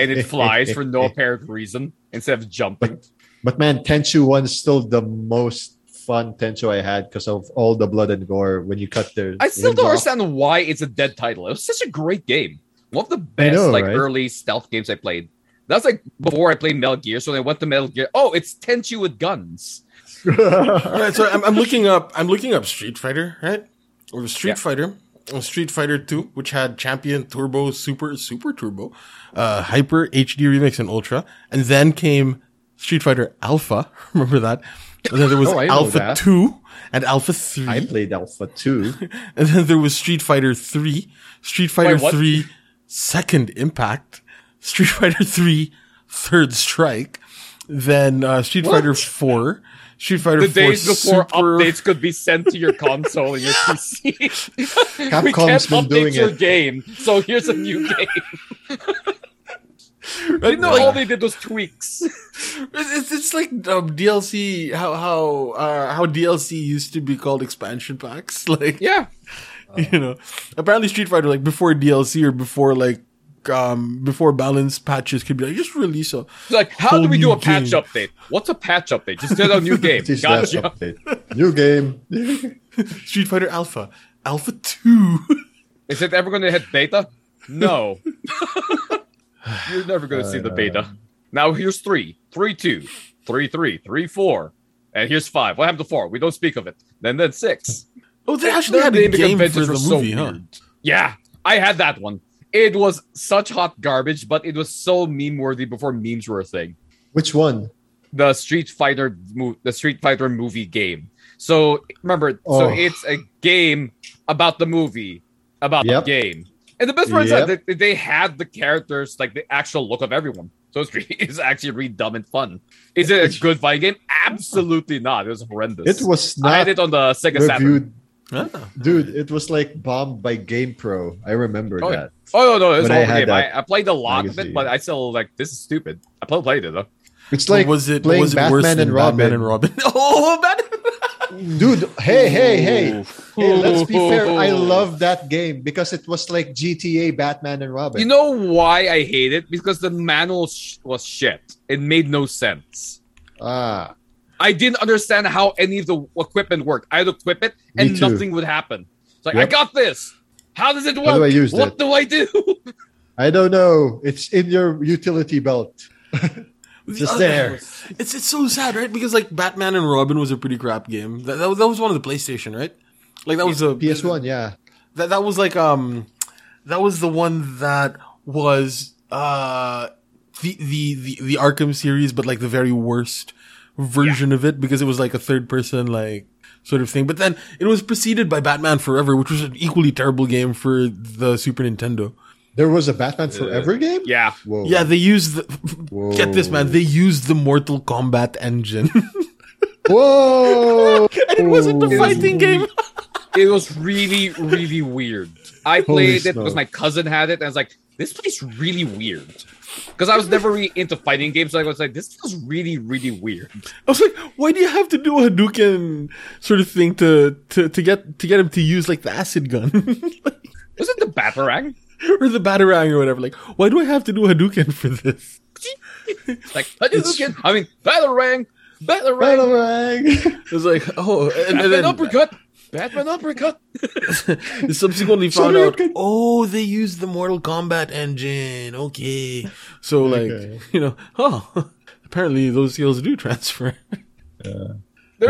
Speaker 2: it flies for no apparent reason instead of jumping.
Speaker 1: But man, Tenchu one's still the most fun Tenchu I had because of all the blood and gore when you cut their.
Speaker 2: I still
Speaker 1: limbs
Speaker 2: don't
Speaker 1: off.
Speaker 2: understand why it's a dead title. It was such a great game. One of the best
Speaker 1: know,
Speaker 2: like
Speaker 1: right?
Speaker 2: early stealth games I played. That's like before I played Metal Gear. So when I went to Metal Gear, oh, it's Tenchu with guns.
Speaker 3: All right, so I'm, I'm looking up. I'm looking up Street Fighter, right? Or Street
Speaker 2: Yeah.
Speaker 3: Fighter, or Street Fighter Two, which had Champion, Turbo, Super, Super Turbo, uh, Hyper, HD Remix, and Ultra, and then came Street Fighter Alpha. Remember that? And then there was
Speaker 1: Oh, I know
Speaker 3: Alpha
Speaker 1: that.
Speaker 3: Two and Alpha Three,
Speaker 1: I played Alpha two.
Speaker 3: and then there was Street Fighter Three, Street Fighter
Speaker 2: what?
Speaker 3: Three Second Impact, Street Fighter Three Third Strike, then uh, Street
Speaker 1: What?
Speaker 3: Fighter Four. Street
Speaker 2: The
Speaker 3: Fighter 4
Speaker 2: days before
Speaker 3: Super,
Speaker 2: updates could be sent to your console and your PC. we can't
Speaker 1: Capcom's been
Speaker 2: update
Speaker 1: doing
Speaker 2: your
Speaker 1: it.
Speaker 2: game, so here's a new game.
Speaker 3: Right?
Speaker 2: you know,
Speaker 3: Like,
Speaker 2: all they did was tweaks.
Speaker 3: it's, it's- it's like um, DLC. How how uh, how DLC used to be called expansion packs. Like
Speaker 2: Yeah,
Speaker 3: you know, apparently Street Fighter like before DLC or before like um before balance patches could be like just release a
Speaker 2: It's like how
Speaker 3: Whole
Speaker 2: do we do
Speaker 3: new
Speaker 2: a patch
Speaker 3: game.
Speaker 2: update? What's a patch update? Just get a new game.
Speaker 1: Just that
Speaker 2: Gotcha.
Speaker 1: update. New game.
Speaker 3: Street Fighter Alpha Alpha Two.
Speaker 2: Is it ever going to hit beta? No. You're never going to see the beta.
Speaker 3: Uh,
Speaker 2: Now here's three, three two, three three, three four, and here's five. What happened to four? We don't speak of it. Then then six.
Speaker 3: oh, they actually
Speaker 2: Their
Speaker 3: had a
Speaker 2: naming
Speaker 3: game for
Speaker 2: conventions
Speaker 3: the
Speaker 2: were so
Speaker 3: movie, huh?
Speaker 2: weird. Yeah, I had that one. It was such hot garbage, but it was so meme worthy before memes were a thing.
Speaker 1: Which one?
Speaker 2: The Street Fighter, mo- the Street Fighter movie game. So remember,
Speaker 1: Oh.
Speaker 2: so it's a game about the movie, about
Speaker 1: Yep.
Speaker 2: the game. And the best part is
Speaker 1: Yep.
Speaker 2: that they, they had the characters, like the actual look of everyone. So it's, re- it's actually really dumb and fun. Is it a good fighting game? Absolutely not. It was horrendous.
Speaker 1: It was
Speaker 2: I had
Speaker 1: not
Speaker 2: it on the Sega Saturn.
Speaker 1: reviewed,
Speaker 3: Ah.
Speaker 1: dude. It was like bombed by GamePro. I remember
Speaker 2: Oh, yeah.
Speaker 1: that.
Speaker 2: Oh no, no, it was
Speaker 1: When
Speaker 2: a
Speaker 1: I
Speaker 2: horrible
Speaker 1: had
Speaker 2: game.
Speaker 1: that
Speaker 2: I, I played a lot of
Speaker 1: magazine.
Speaker 2: it, but I still like this is stupid. I pl- played it though.
Speaker 1: It's like
Speaker 3: Or was it
Speaker 1: playing
Speaker 3: was it
Speaker 1: Batman
Speaker 3: worse than
Speaker 1: and
Speaker 3: Batman
Speaker 1: Robin.
Speaker 3: and Robin? oh, Batman!
Speaker 1: dude. Hey, hey, hey. Hey, let's be fair. I
Speaker 2: Ooh.
Speaker 1: love that game because it was like GTA, Batman, and Robin.
Speaker 2: You know why I hate it? Because the manual sh- was shit. It made no sense.
Speaker 1: ah,
Speaker 2: I didn't understand how any of the equipment worked. I'd equip it
Speaker 1: Me
Speaker 2: and
Speaker 1: too.
Speaker 2: nothing would happen. It's like, I
Speaker 1: Yep.
Speaker 2: got this. How does it work?
Speaker 1: How do I use that?
Speaker 2: what do I do?
Speaker 1: I don't know. It's in your utility belt. Just there.
Speaker 3: It's it's so sad, right? Because like Batman and Robin was a pretty crap game. That that, was- that was one of the PlayStation, right? Like that was a
Speaker 1: PS One, yeah.
Speaker 3: That that was like um that was the one that was uh the the the, the Arkham series, but like the very worst version of it because it was like a third person like sort of thing. But then it was preceded by Batman Forever, which was an equally terrible game for the Super Nintendo.
Speaker 1: There was a Batman Forever game.
Speaker 2: yeah.
Speaker 1: Whoa.
Speaker 3: Yeah, they used the, get this man, they used the Mortal Kombat engine.
Speaker 1: Whoa.
Speaker 3: it wasn't a
Speaker 1: Whoa.
Speaker 3: fighting game.
Speaker 2: it was really, really weird. I
Speaker 1: Holy
Speaker 2: played it
Speaker 1: snow.
Speaker 2: because my cousin had it, and I was like, this place really weird. Because I was never really into fighting games, so I was like, this feels really, really weird.
Speaker 3: I was like, why do you have to do a Hadouken sort of thing to to, to get to get him to use like the acid gun
Speaker 2: Was it the Batarang?
Speaker 3: or the batarang or whatever? Like, why do I have to do a Hadouken for this?
Speaker 2: Like, Hadouken? I mean, Batarang! Batarang!
Speaker 1: Batarang.
Speaker 3: It was like, oh, and, and
Speaker 2: Batman
Speaker 3: then
Speaker 2: uppercut! Batman uppercut!
Speaker 3: subsequently found
Speaker 1: Sorry,
Speaker 3: out,
Speaker 1: okay.
Speaker 3: oh, they used the Mortal Kombat engine. Okay, so like,
Speaker 1: Okay.
Speaker 3: you know, oh, apparently those skills do transfer.
Speaker 2: There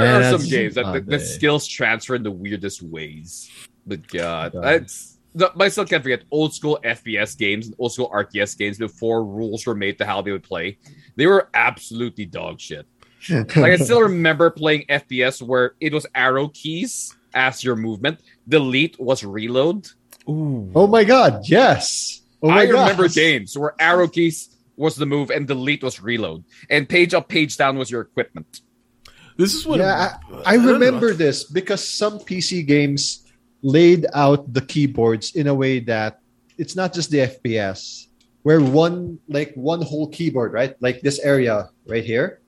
Speaker 4: Man,
Speaker 2: are some
Speaker 4: that's
Speaker 2: games that the,
Speaker 4: not
Speaker 2: the
Speaker 4: bad.
Speaker 2: skills transfer in the weirdest ways. But God,
Speaker 4: God.
Speaker 2: that's. the- I still can't forget old school FPS games and old school RTS games before rules were made to how they would play. They were absolutely dog shit. Like I still remember playing FPS where it was arrow keys as your movement. Delete was reload.
Speaker 3: Ooh,
Speaker 1: oh my god, yes. Oh my
Speaker 2: I remember
Speaker 1: gosh.
Speaker 2: games where arrow keys was the move and delete was reload. And page up, page down was your equipment.
Speaker 3: this is what
Speaker 1: Yeah, I
Speaker 3: don't know.
Speaker 1: remember this because some PC games laid out the keyboards in a way that it's not just the FPS, where one like one whole keyboard, right? Like this area right here.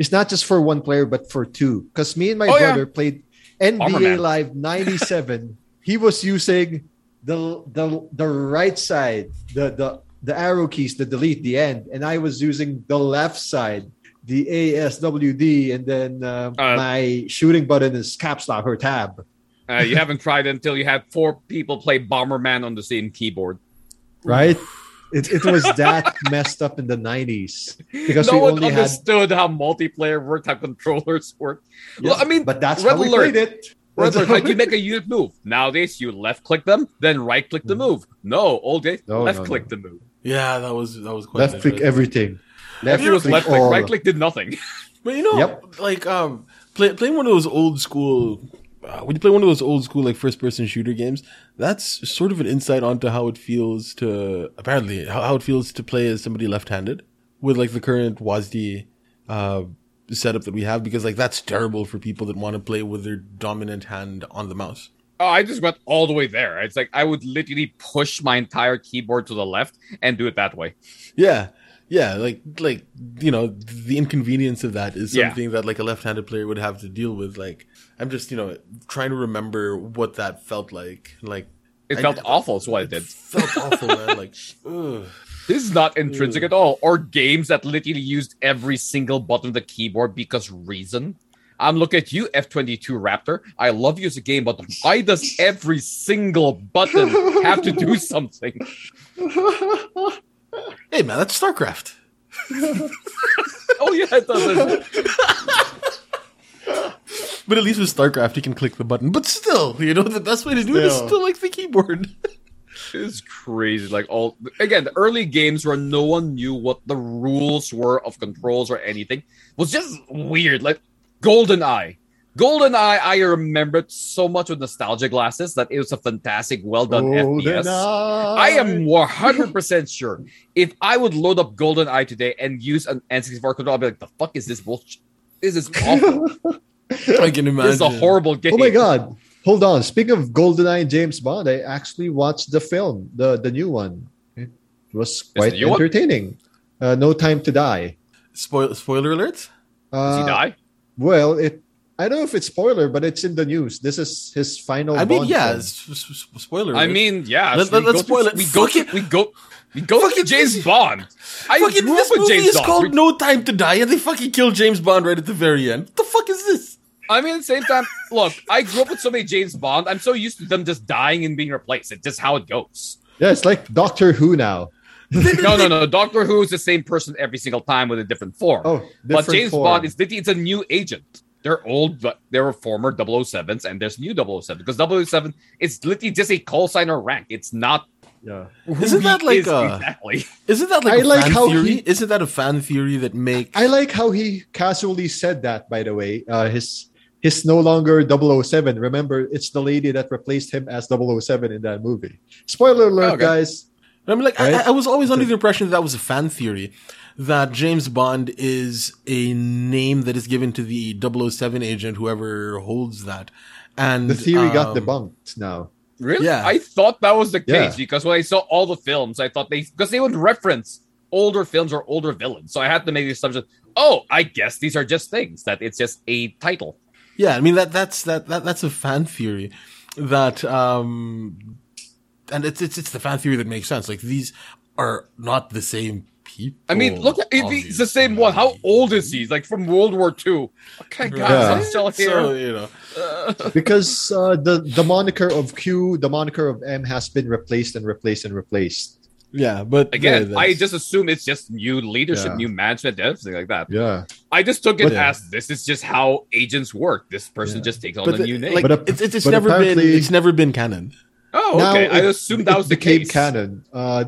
Speaker 1: It's not just for one player, but for two. Because me and my
Speaker 2: Oh, yeah.
Speaker 1: brother played NBA
Speaker 2: Bomberman.
Speaker 1: Live 97. he was using the the the right side, the the the arrow keys, the delete, the end, and I was using the left side, the ASWD, and then uh,
Speaker 2: Uh,
Speaker 1: my shooting button is caps lock or tab.
Speaker 2: Uh, you haven't tried it until you had four people play Bomberman on the same keyboard.
Speaker 1: Right? It, it was that messed up in the nineties because
Speaker 2: no
Speaker 1: we
Speaker 2: one
Speaker 1: only had.
Speaker 2: understood how multiplayer worked, how controllers worked. Well, I mean,
Speaker 1: But that's
Speaker 2: Red
Speaker 1: how we
Speaker 2: Alert.
Speaker 1: played it.
Speaker 2: Red
Speaker 1: That's
Speaker 2: Alert,
Speaker 1: how
Speaker 2: like
Speaker 1: we-
Speaker 2: you make a unit move. Nowadays, you left click them, then right click the move. No, old days,
Speaker 1: Mm. No, no,
Speaker 2: left click
Speaker 1: no.
Speaker 2: the move.
Speaker 3: yeah, that was that was quite
Speaker 1: left click
Speaker 3: different.
Speaker 1: everything. Left
Speaker 2: Everything was left click,
Speaker 1: all.
Speaker 2: right click did nothing.
Speaker 3: But you know,
Speaker 1: Yep.
Speaker 3: like um, play, playing one of those old school. Uh, when you play one of those old school like first person shooter games, that's sort of an insight onto how it feels to apparently how, how it feels to play as somebody left handed with like the current WASD uh, setup that we have because like that's terrible for people that want to play with their dominant hand on the mouse.
Speaker 2: Oh, I just went all the way there. It's like I would literally push my entire keyboard to the left and do it that way.
Speaker 3: Yeah. Yeah, like like you know, the inconvenience of that is
Speaker 2: Yeah.
Speaker 3: something that like a left-handed player would have to deal with. Like I'm just, you know, trying to remember what that felt like. Like
Speaker 2: It
Speaker 3: I-
Speaker 2: felt awful, is what it did.
Speaker 3: felt awful, man. Like ugh.
Speaker 2: This is not intrinsic
Speaker 3: Ooh.
Speaker 2: at all. Or games that literally used every single button of the keyboard because reason. I'm looking at you, F22 Raptor. I love you as a game, but why does every single button have to do something?
Speaker 3: Hey man, that's StarCraft.
Speaker 2: Oh yeah, it doesn't.
Speaker 3: But at least with StarCraft you can click the button. But still, you know, the best way to do it is
Speaker 1: Still.
Speaker 3: still like the keyboard.
Speaker 2: It's crazy. Like all again, the early games where no one knew what the rules were of controls or anything was just weird. Like GoldenEye. GoldenEye, I remembered so much with nostalgia glasses that it was a fantastic, well done FPS. I am 100% sure if I would load up GoldenEye today and use an N64 controller, I'd be like, the fuck is this bullshit? This is awful.
Speaker 3: I can imagine.
Speaker 2: this is uh, a horrible game.
Speaker 1: Oh my god! Hold on. Speaking of GoldenEye and James Bond, I actually watched the film, the the new one. It was quite
Speaker 2: new one?
Speaker 1: entertaining. Uh, no Time to Die.
Speaker 3: Spoil- spoiler alerts?
Speaker 2: Does
Speaker 1: Uh,
Speaker 2: he die?
Speaker 1: Well, it. I don't know if it's spoiler, but it's in the news. This is his
Speaker 2: Oh,
Speaker 1: final.
Speaker 3: I mean,
Speaker 1: Bond
Speaker 3: yeah,
Speaker 1: film.
Speaker 3: s- s- s- spoiler.
Speaker 2: I
Speaker 3: alerts.
Speaker 2: mean, yeah.
Speaker 3: Let-
Speaker 2: we
Speaker 3: let-
Speaker 2: go
Speaker 3: let's
Speaker 2: to-
Speaker 3: spoil it.
Speaker 2: We go,
Speaker 3: Fuck it.
Speaker 2: to, we go, we go
Speaker 3: Fuck
Speaker 2: to
Speaker 3: it.
Speaker 2: James Bond. I
Speaker 3: fucking
Speaker 2: grew up
Speaker 3: this
Speaker 2: with
Speaker 3: movie
Speaker 2: James
Speaker 3: is
Speaker 2: Bond.
Speaker 3: called No Time to Die, and they fucking kill James Bond right at the very end. What the fuck is this?
Speaker 2: I mean, at the same time, look, I grew up with so many James Bond. I'm so used to them just dying and being replaced. It's just how it goes.
Speaker 1: yeah, it's like Doctor Who now.
Speaker 2: No, no, no. Doctor Who is the same person every single time with a different form.
Speaker 1: Oh,
Speaker 2: but
Speaker 1: different
Speaker 2: James
Speaker 1: form.
Speaker 2: Bond is it's a new agent. They're old, but they were former 007s, and there's new 007 because 007 is literally just a call sign or rank. It's not.
Speaker 1: Yeah.
Speaker 2: who
Speaker 3: Isn't that
Speaker 2: he
Speaker 3: like
Speaker 2: is
Speaker 3: a-
Speaker 2: exactly?
Speaker 3: Isn't that like
Speaker 1: I
Speaker 3: a
Speaker 1: like
Speaker 3: fan
Speaker 1: how
Speaker 3: theory?
Speaker 1: he-
Speaker 3: Isn't that a fan theory that makes
Speaker 1: I like how he casually said that. By the way, uh, his his no longer 007. Remember, it's the lady that replaced him as 007 in that movie. Spoiler alert,
Speaker 2: Oh, Okay.
Speaker 1: guys.
Speaker 3: I mean, like, I,
Speaker 1: Right?
Speaker 3: I was always under the impression that, that was a fan theory, that James Bond oh is a name that is given to the 007 agent, whoever holds that. And
Speaker 1: The theory got
Speaker 3: um,
Speaker 1: debunked now.
Speaker 2: Really?
Speaker 3: Yeah.
Speaker 2: I thought that was the case
Speaker 1: Yeah.
Speaker 2: because when I saw all the films, I thought they because they would reference older films or older villains. So I had to make the assumption, oh, I guess these are just things that it's just a title.
Speaker 3: Yeah, I mean that that's that, that that's a fan theory that um and it's it's it's the fan theory that makes sense. Like these are not the same people.
Speaker 2: I mean,
Speaker 1: Oh,
Speaker 2: look, if he's the same one, how
Speaker 3: obviously.
Speaker 2: old is he? Like from World War II. Okay, guys,
Speaker 1: Yeah.
Speaker 2: I'm still here.
Speaker 3: So, you know.
Speaker 1: Because uh, the, the moniker of Q, the moniker of M has been replaced and replaced and replaced.
Speaker 3: Yeah, but yeah,
Speaker 2: Again,
Speaker 3: that's-
Speaker 2: I just assume it's just new leadership,
Speaker 1: Yeah.
Speaker 2: new management, everything like that.
Speaker 1: Yeah.
Speaker 2: I just took it
Speaker 3: But-
Speaker 2: as this is just how agents work. This person
Speaker 3: Yeah.
Speaker 2: just takes on
Speaker 3: but
Speaker 2: a
Speaker 3: the-
Speaker 2: new name.
Speaker 3: Like,
Speaker 1: But a-
Speaker 3: it's it's, it's
Speaker 1: but
Speaker 3: never been
Speaker 1: apparently-
Speaker 3: it's never been canon.
Speaker 2: oh,
Speaker 1: Now
Speaker 2: okay. I
Speaker 1: it-
Speaker 2: assumed that was
Speaker 1: it
Speaker 2: the
Speaker 1: became
Speaker 2: case.
Speaker 1: canon. Uh,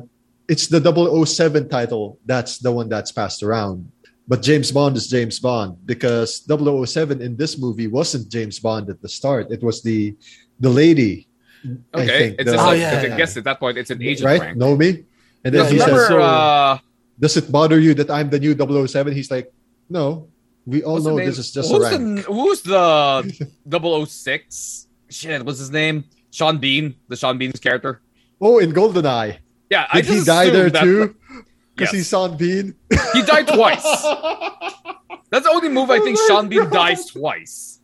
Speaker 1: it's the 007 title. That's the one that's passed around. But James Bond is James Bond because 007 in this movie wasn't James Bond at the start. It was the the lady. I
Speaker 2: Okay,
Speaker 1: think,
Speaker 2: it's
Speaker 1: the-
Speaker 2: just
Speaker 3: Oh,
Speaker 2: a,
Speaker 3: yeah,
Speaker 2: it's a
Speaker 3: yeah.
Speaker 2: guess at that point. It's an agent
Speaker 1: right?
Speaker 2: rank.
Speaker 1: Know me? And then
Speaker 3: No,
Speaker 1: he
Speaker 3: remember-
Speaker 1: says, "Oh,
Speaker 3: so-
Speaker 2: uh,
Speaker 1: "Does it bother you that I'm the new 007? He's like, "No, we all
Speaker 2: what's
Speaker 1: know
Speaker 2: the name?
Speaker 1: this is just
Speaker 2: who's
Speaker 1: a rank."
Speaker 2: the who's the 006? Shit, what's his name? Sean Bean, the Sean Bean's character.
Speaker 1: Oh, in Goldeneye,
Speaker 2: Yeah, I
Speaker 1: did he
Speaker 2: just
Speaker 1: die
Speaker 2: assumed
Speaker 1: there
Speaker 2: that-
Speaker 1: too? Because
Speaker 2: Yes.
Speaker 1: he's Sean Bean.
Speaker 2: He died twice. That's the only move I
Speaker 1: Oh
Speaker 2: think
Speaker 1: my
Speaker 2: Sean Bean
Speaker 1: God.
Speaker 2: dies twice.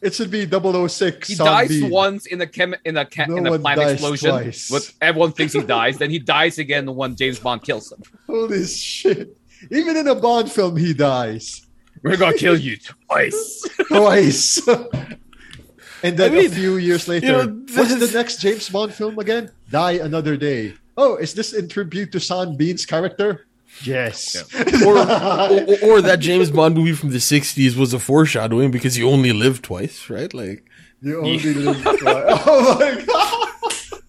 Speaker 1: It should be 006.
Speaker 2: He
Speaker 1: Sean
Speaker 2: dies
Speaker 1: Bean.
Speaker 2: once in a chem in a ca-
Speaker 1: No
Speaker 2: in a
Speaker 1: one
Speaker 2: plant
Speaker 1: dies
Speaker 2: explosion.
Speaker 1: twice.
Speaker 2: But everyone thinks he dies. Then he dies again when James Bond kills him.
Speaker 1: Holy shit. Even in a Bond film, he dies
Speaker 2: We're gonna kill you twice.
Speaker 1: twice. and then
Speaker 3: I mean,
Speaker 1: a few years later,
Speaker 3: know,
Speaker 1: what's
Speaker 3: this-
Speaker 1: the next James Bond film again? Die Another Day. Oh, is this in tribute to Sean Bean's character? Yes.
Speaker 3: or, or, or that James Bond movie from the 60s was a foreshadowing because you only live twice, right? Like,
Speaker 1: you only live twice. Oh my god.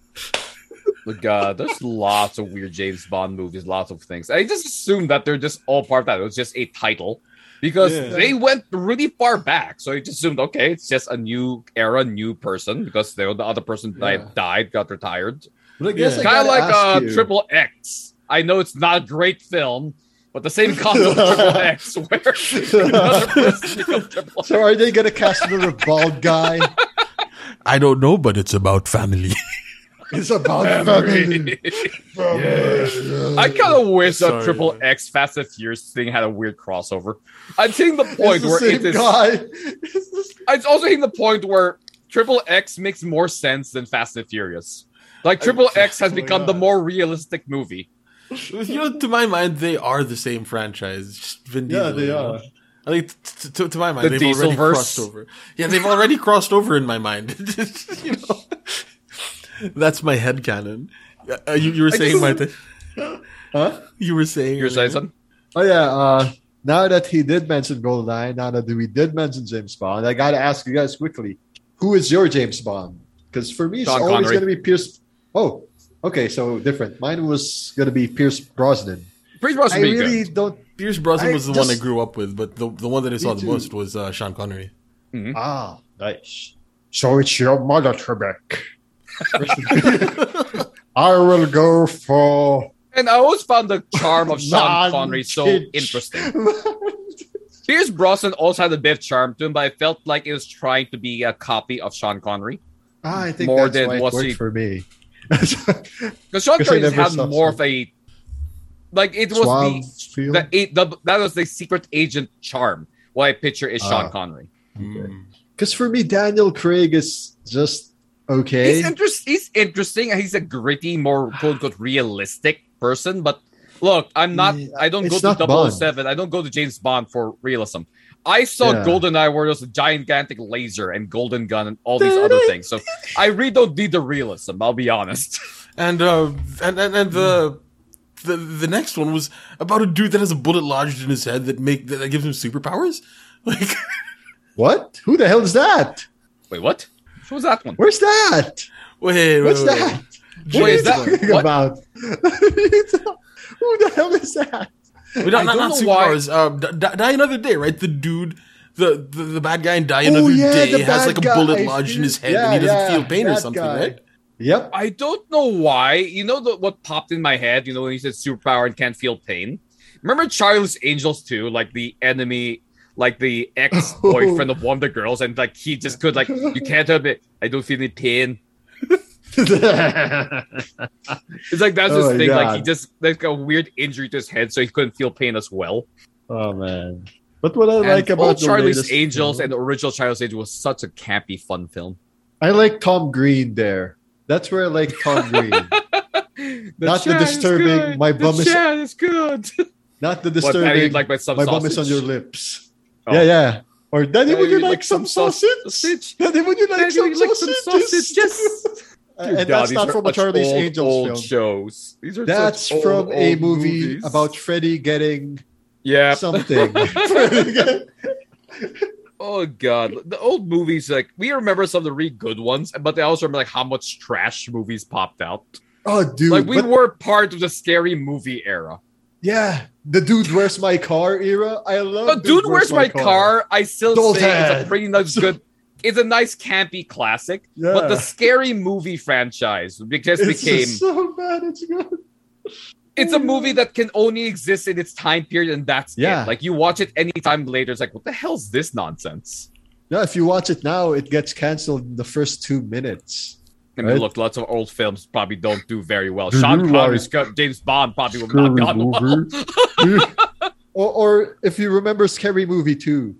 Speaker 2: But God, uh, there's lots of weird James Bond movies, lots of things. I just assume that they're just all part of that. It was just a title because
Speaker 3: Yeah.
Speaker 2: they went really far back. So I just assumed, okay, it's just a new era, new person because they were the other person
Speaker 3: Yeah.
Speaker 2: that died, got retired.
Speaker 1: But I
Speaker 3: guess I
Speaker 2: Kind of like uh, Triple X. I know it's not a great film, but the same concept of Triple X where another person becomes Triple X.
Speaker 1: So are they gonna cast another bald guy?
Speaker 3: I don't know, but it's about family.
Speaker 1: It's about family. Family.
Speaker 2: I kind of wish
Speaker 3: Sorry,
Speaker 2: that Triple
Speaker 3: man.
Speaker 2: X Fast and Furious thing had a weird crossover. I'm seeing the
Speaker 1: it's
Speaker 2: point
Speaker 1: the
Speaker 2: where
Speaker 1: same
Speaker 2: it is.
Speaker 1: guy. It's the
Speaker 2: I'm also hitting the point where Triple X makes more sense than Fast and Furious. Like Triple X has
Speaker 3: oh my
Speaker 2: become the
Speaker 3: God.
Speaker 2: more realistic movie.
Speaker 3: you know, to my mind, they are the same franchise. It's Just Vin
Speaker 1: Yeah,
Speaker 3: Diesel,
Speaker 1: they
Speaker 3: you
Speaker 1: are.
Speaker 3: know? I think, t- t- to my mind,
Speaker 2: The
Speaker 3: they've already
Speaker 2: Dieselverse.
Speaker 3: crossed over. Yeah, they've already crossed over in my mind. you know? That's my head canon. Uh, you, you were
Speaker 2: I
Speaker 3: saying,
Speaker 2: just-
Speaker 3: Martin.
Speaker 1: Huh?
Speaker 3: You were saying.
Speaker 2: You're saying
Speaker 3: earlier.
Speaker 2: something?
Speaker 1: Oh yeah. Uh, now that he did mention Goldeneye, now that we did mention James Bond, I gotta ask you guys quickly: Who is your James Bond? Because for me, it's
Speaker 2: Sean
Speaker 1: always
Speaker 2: Connery.
Speaker 1: gonna be Pierce. Oh, okay, so different. Mine was gonna be Pierce Brosnan.
Speaker 2: Pretty much
Speaker 1: I
Speaker 2: be good.
Speaker 1: really don't.
Speaker 3: Pierce Brosnan
Speaker 1: I
Speaker 3: was the one
Speaker 1: just-
Speaker 3: I grew up with, but the, the one that I saw the
Speaker 1: too.
Speaker 3: most was uh, Sean Connery.
Speaker 1: Ah, nice. So it's your mother, Trebek. I will go for.
Speaker 2: And I always found the charm of Sean
Speaker 1: Lon
Speaker 2: Connery so
Speaker 1: Kitch.
Speaker 2: interesting. Pierce Brosnan also had a bit of charm to him, but I felt like it was trying to be a copy of Sean Connery.
Speaker 1: Ah, I think
Speaker 2: More
Speaker 1: that's
Speaker 2: than
Speaker 1: why it
Speaker 2: was
Speaker 1: worked
Speaker 2: he-
Speaker 1: for me.
Speaker 2: Because Sean
Speaker 1: 'Cause I
Speaker 2: Connery
Speaker 1: never
Speaker 2: had
Speaker 1: saw
Speaker 2: more of a like it was
Speaker 1: Suave
Speaker 2: the
Speaker 1: feel.
Speaker 2: The, a- the, that was the secret agent charm. What I picture is Sean
Speaker 1: Ah.
Speaker 2: Connery. Hmm.
Speaker 3: Mm.
Speaker 1: Because for me, Daniel Craig is just okay.
Speaker 2: He's, interest, he's interesting. and He's a gritty, more quote unquote realistic person. But look, I'm not.
Speaker 1: Yeah,
Speaker 2: I don't go
Speaker 1: it's
Speaker 2: to
Speaker 1: not
Speaker 2: Double
Speaker 1: Bond.
Speaker 2: Seven. I don't go to James Bond for realism. I saw
Speaker 1: Yeah.
Speaker 2: GoldenEye where there's a gigantic laser and golden gun and all these other things. So I really don't need the realism. I'll be honest.
Speaker 3: And uh, and and, and the, the the next one was about a dude that has a bullet lodged in his head that make that, that gives him superpowers. Like
Speaker 1: What? Who the hell is that?
Speaker 2: Wait, what? What was that one?
Speaker 1: Where's that?
Speaker 3: wait, wait,
Speaker 1: What's
Speaker 3: wait,
Speaker 1: that?
Speaker 3: Wait,
Speaker 1: What are
Speaker 3: is
Speaker 1: you
Speaker 3: that-
Speaker 1: talking
Speaker 2: what?
Speaker 1: about? Who the hell is that?
Speaker 3: wait. Wait, not,
Speaker 2: I
Speaker 3: not,
Speaker 2: don't
Speaker 3: not
Speaker 2: know why-
Speaker 3: superpowers. Uh, di- die, another day, right? The dude. The, the, the bad guy in Die
Speaker 1: Oh,
Speaker 3: Another
Speaker 1: yeah, the
Speaker 3: Day has
Speaker 1: bad
Speaker 3: like a
Speaker 1: guy.
Speaker 3: bullet lodged in his head and he
Speaker 1: Yeah,
Speaker 3: doesn't
Speaker 1: yeah,
Speaker 3: feel pain or
Speaker 1: that
Speaker 3: something,
Speaker 1: guy.
Speaker 3: right?
Speaker 1: Yep.
Speaker 2: I don't know why. You know the, what popped in my head. You know when you said superpower and can't feel pain. Remember Charlie's Angels too, like the enemy, like the ex boyfriend of one of the girls, and like he just could like you can't have it. I don't feel any pain. It's like that's
Speaker 4: Oh
Speaker 2: his
Speaker 4: my
Speaker 2: thing. Like he
Speaker 4: God.
Speaker 2: just like a weird injury to his head, so he couldn't feel pain as well.
Speaker 4: oh man. But what I
Speaker 2: And
Speaker 4: like about
Speaker 2: old
Speaker 4: the
Speaker 2: Charlie's
Speaker 4: latest-
Speaker 2: Angels and the original Charlie's Angels was such a campy, fun film.
Speaker 1: I like Tom Green there. That's where I like Tom Green.
Speaker 2: The
Speaker 1: Not the
Speaker 2: chat is
Speaker 1: disturbing,
Speaker 2: good.
Speaker 1: my bum
Speaker 2: the
Speaker 1: is-
Speaker 2: chat is good.
Speaker 1: Not the
Speaker 2: What,
Speaker 1: disturbing.
Speaker 2: Patty, you'd like my some
Speaker 1: my
Speaker 2: sausage.
Speaker 1: bum is on your lips.
Speaker 2: Oh.
Speaker 1: Yeah, yeah. Or Daddy,
Speaker 2: Patty,
Speaker 1: would you
Speaker 2: you'd
Speaker 1: like, some sausage?
Speaker 2: sausage?
Speaker 1: Daddy, would you like
Speaker 2: Patty,
Speaker 1: some
Speaker 2: you'd like
Speaker 1: sausages?
Speaker 2: sausages?
Speaker 1: Uh,
Speaker 2: Dear
Speaker 1: and
Speaker 2: God,
Speaker 1: that's
Speaker 2: these
Speaker 1: not
Speaker 2: are
Speaker 1: from a
Speaker 2: such
Speaker 1: Charlie's
Speaker 2: old,
Speaker 1: Angels
Speaker 2: old
Speaker 1: film.
Speaker 2: shows. These are
Speaker 1: That's
Speaker 2: such old,
Speaker 1: from a
Speaker 2: old
Speaker 1: movie
Speaker 2: movies.
Speaker 1: about Freddy getting
Speaker 2: yeah.
Speaker 1: something. Freddy get-
Speaker 2: Oh god, the old movies like we remember some of the really good ones, but I also remember like how much trash movies popped out.
Speaker 1: oh, dude.
Speaker 2: like we
Speaker 1: but-
Speaker 2: were part of the scary movie era.
Speaker 1: yeah, the dude, where's my car era? I love
Speaker 2: But dude, where's my car? I still
Speaker 1: Don't
Speaker 2: say it's a
Speaker 1: have.
Speaker 2: pretty nice good. It's a nice campy classic,
Speaker 1: Yeah.
Speaker 2: but the scary movie franchise because
Speaker 1: It's
Speaker 2: became
Speaker 1: just so bad. It's good.
Speaker 2: it's a movie that can only exist in its time period, and that's
Speaker 1: Mm. Yeah.
Speaker 2: it. Like you watch it anytime later, it's like what the hell's this nonsense?
Speaker 1: No, if you watch it now, it gets canceled in the first two minutes.
Speaker 2: I mean,
Speaker 1: Right.
Speaker 2: look, lots of old films probably don't do very well.
Speaker 4: Do
Speaker 2: Sean
Speaker 4: you
Speaker 2: Connery's co- James Bond probably would not gone well.
Speaker 1: Or, or if you remember Scary Movie 2,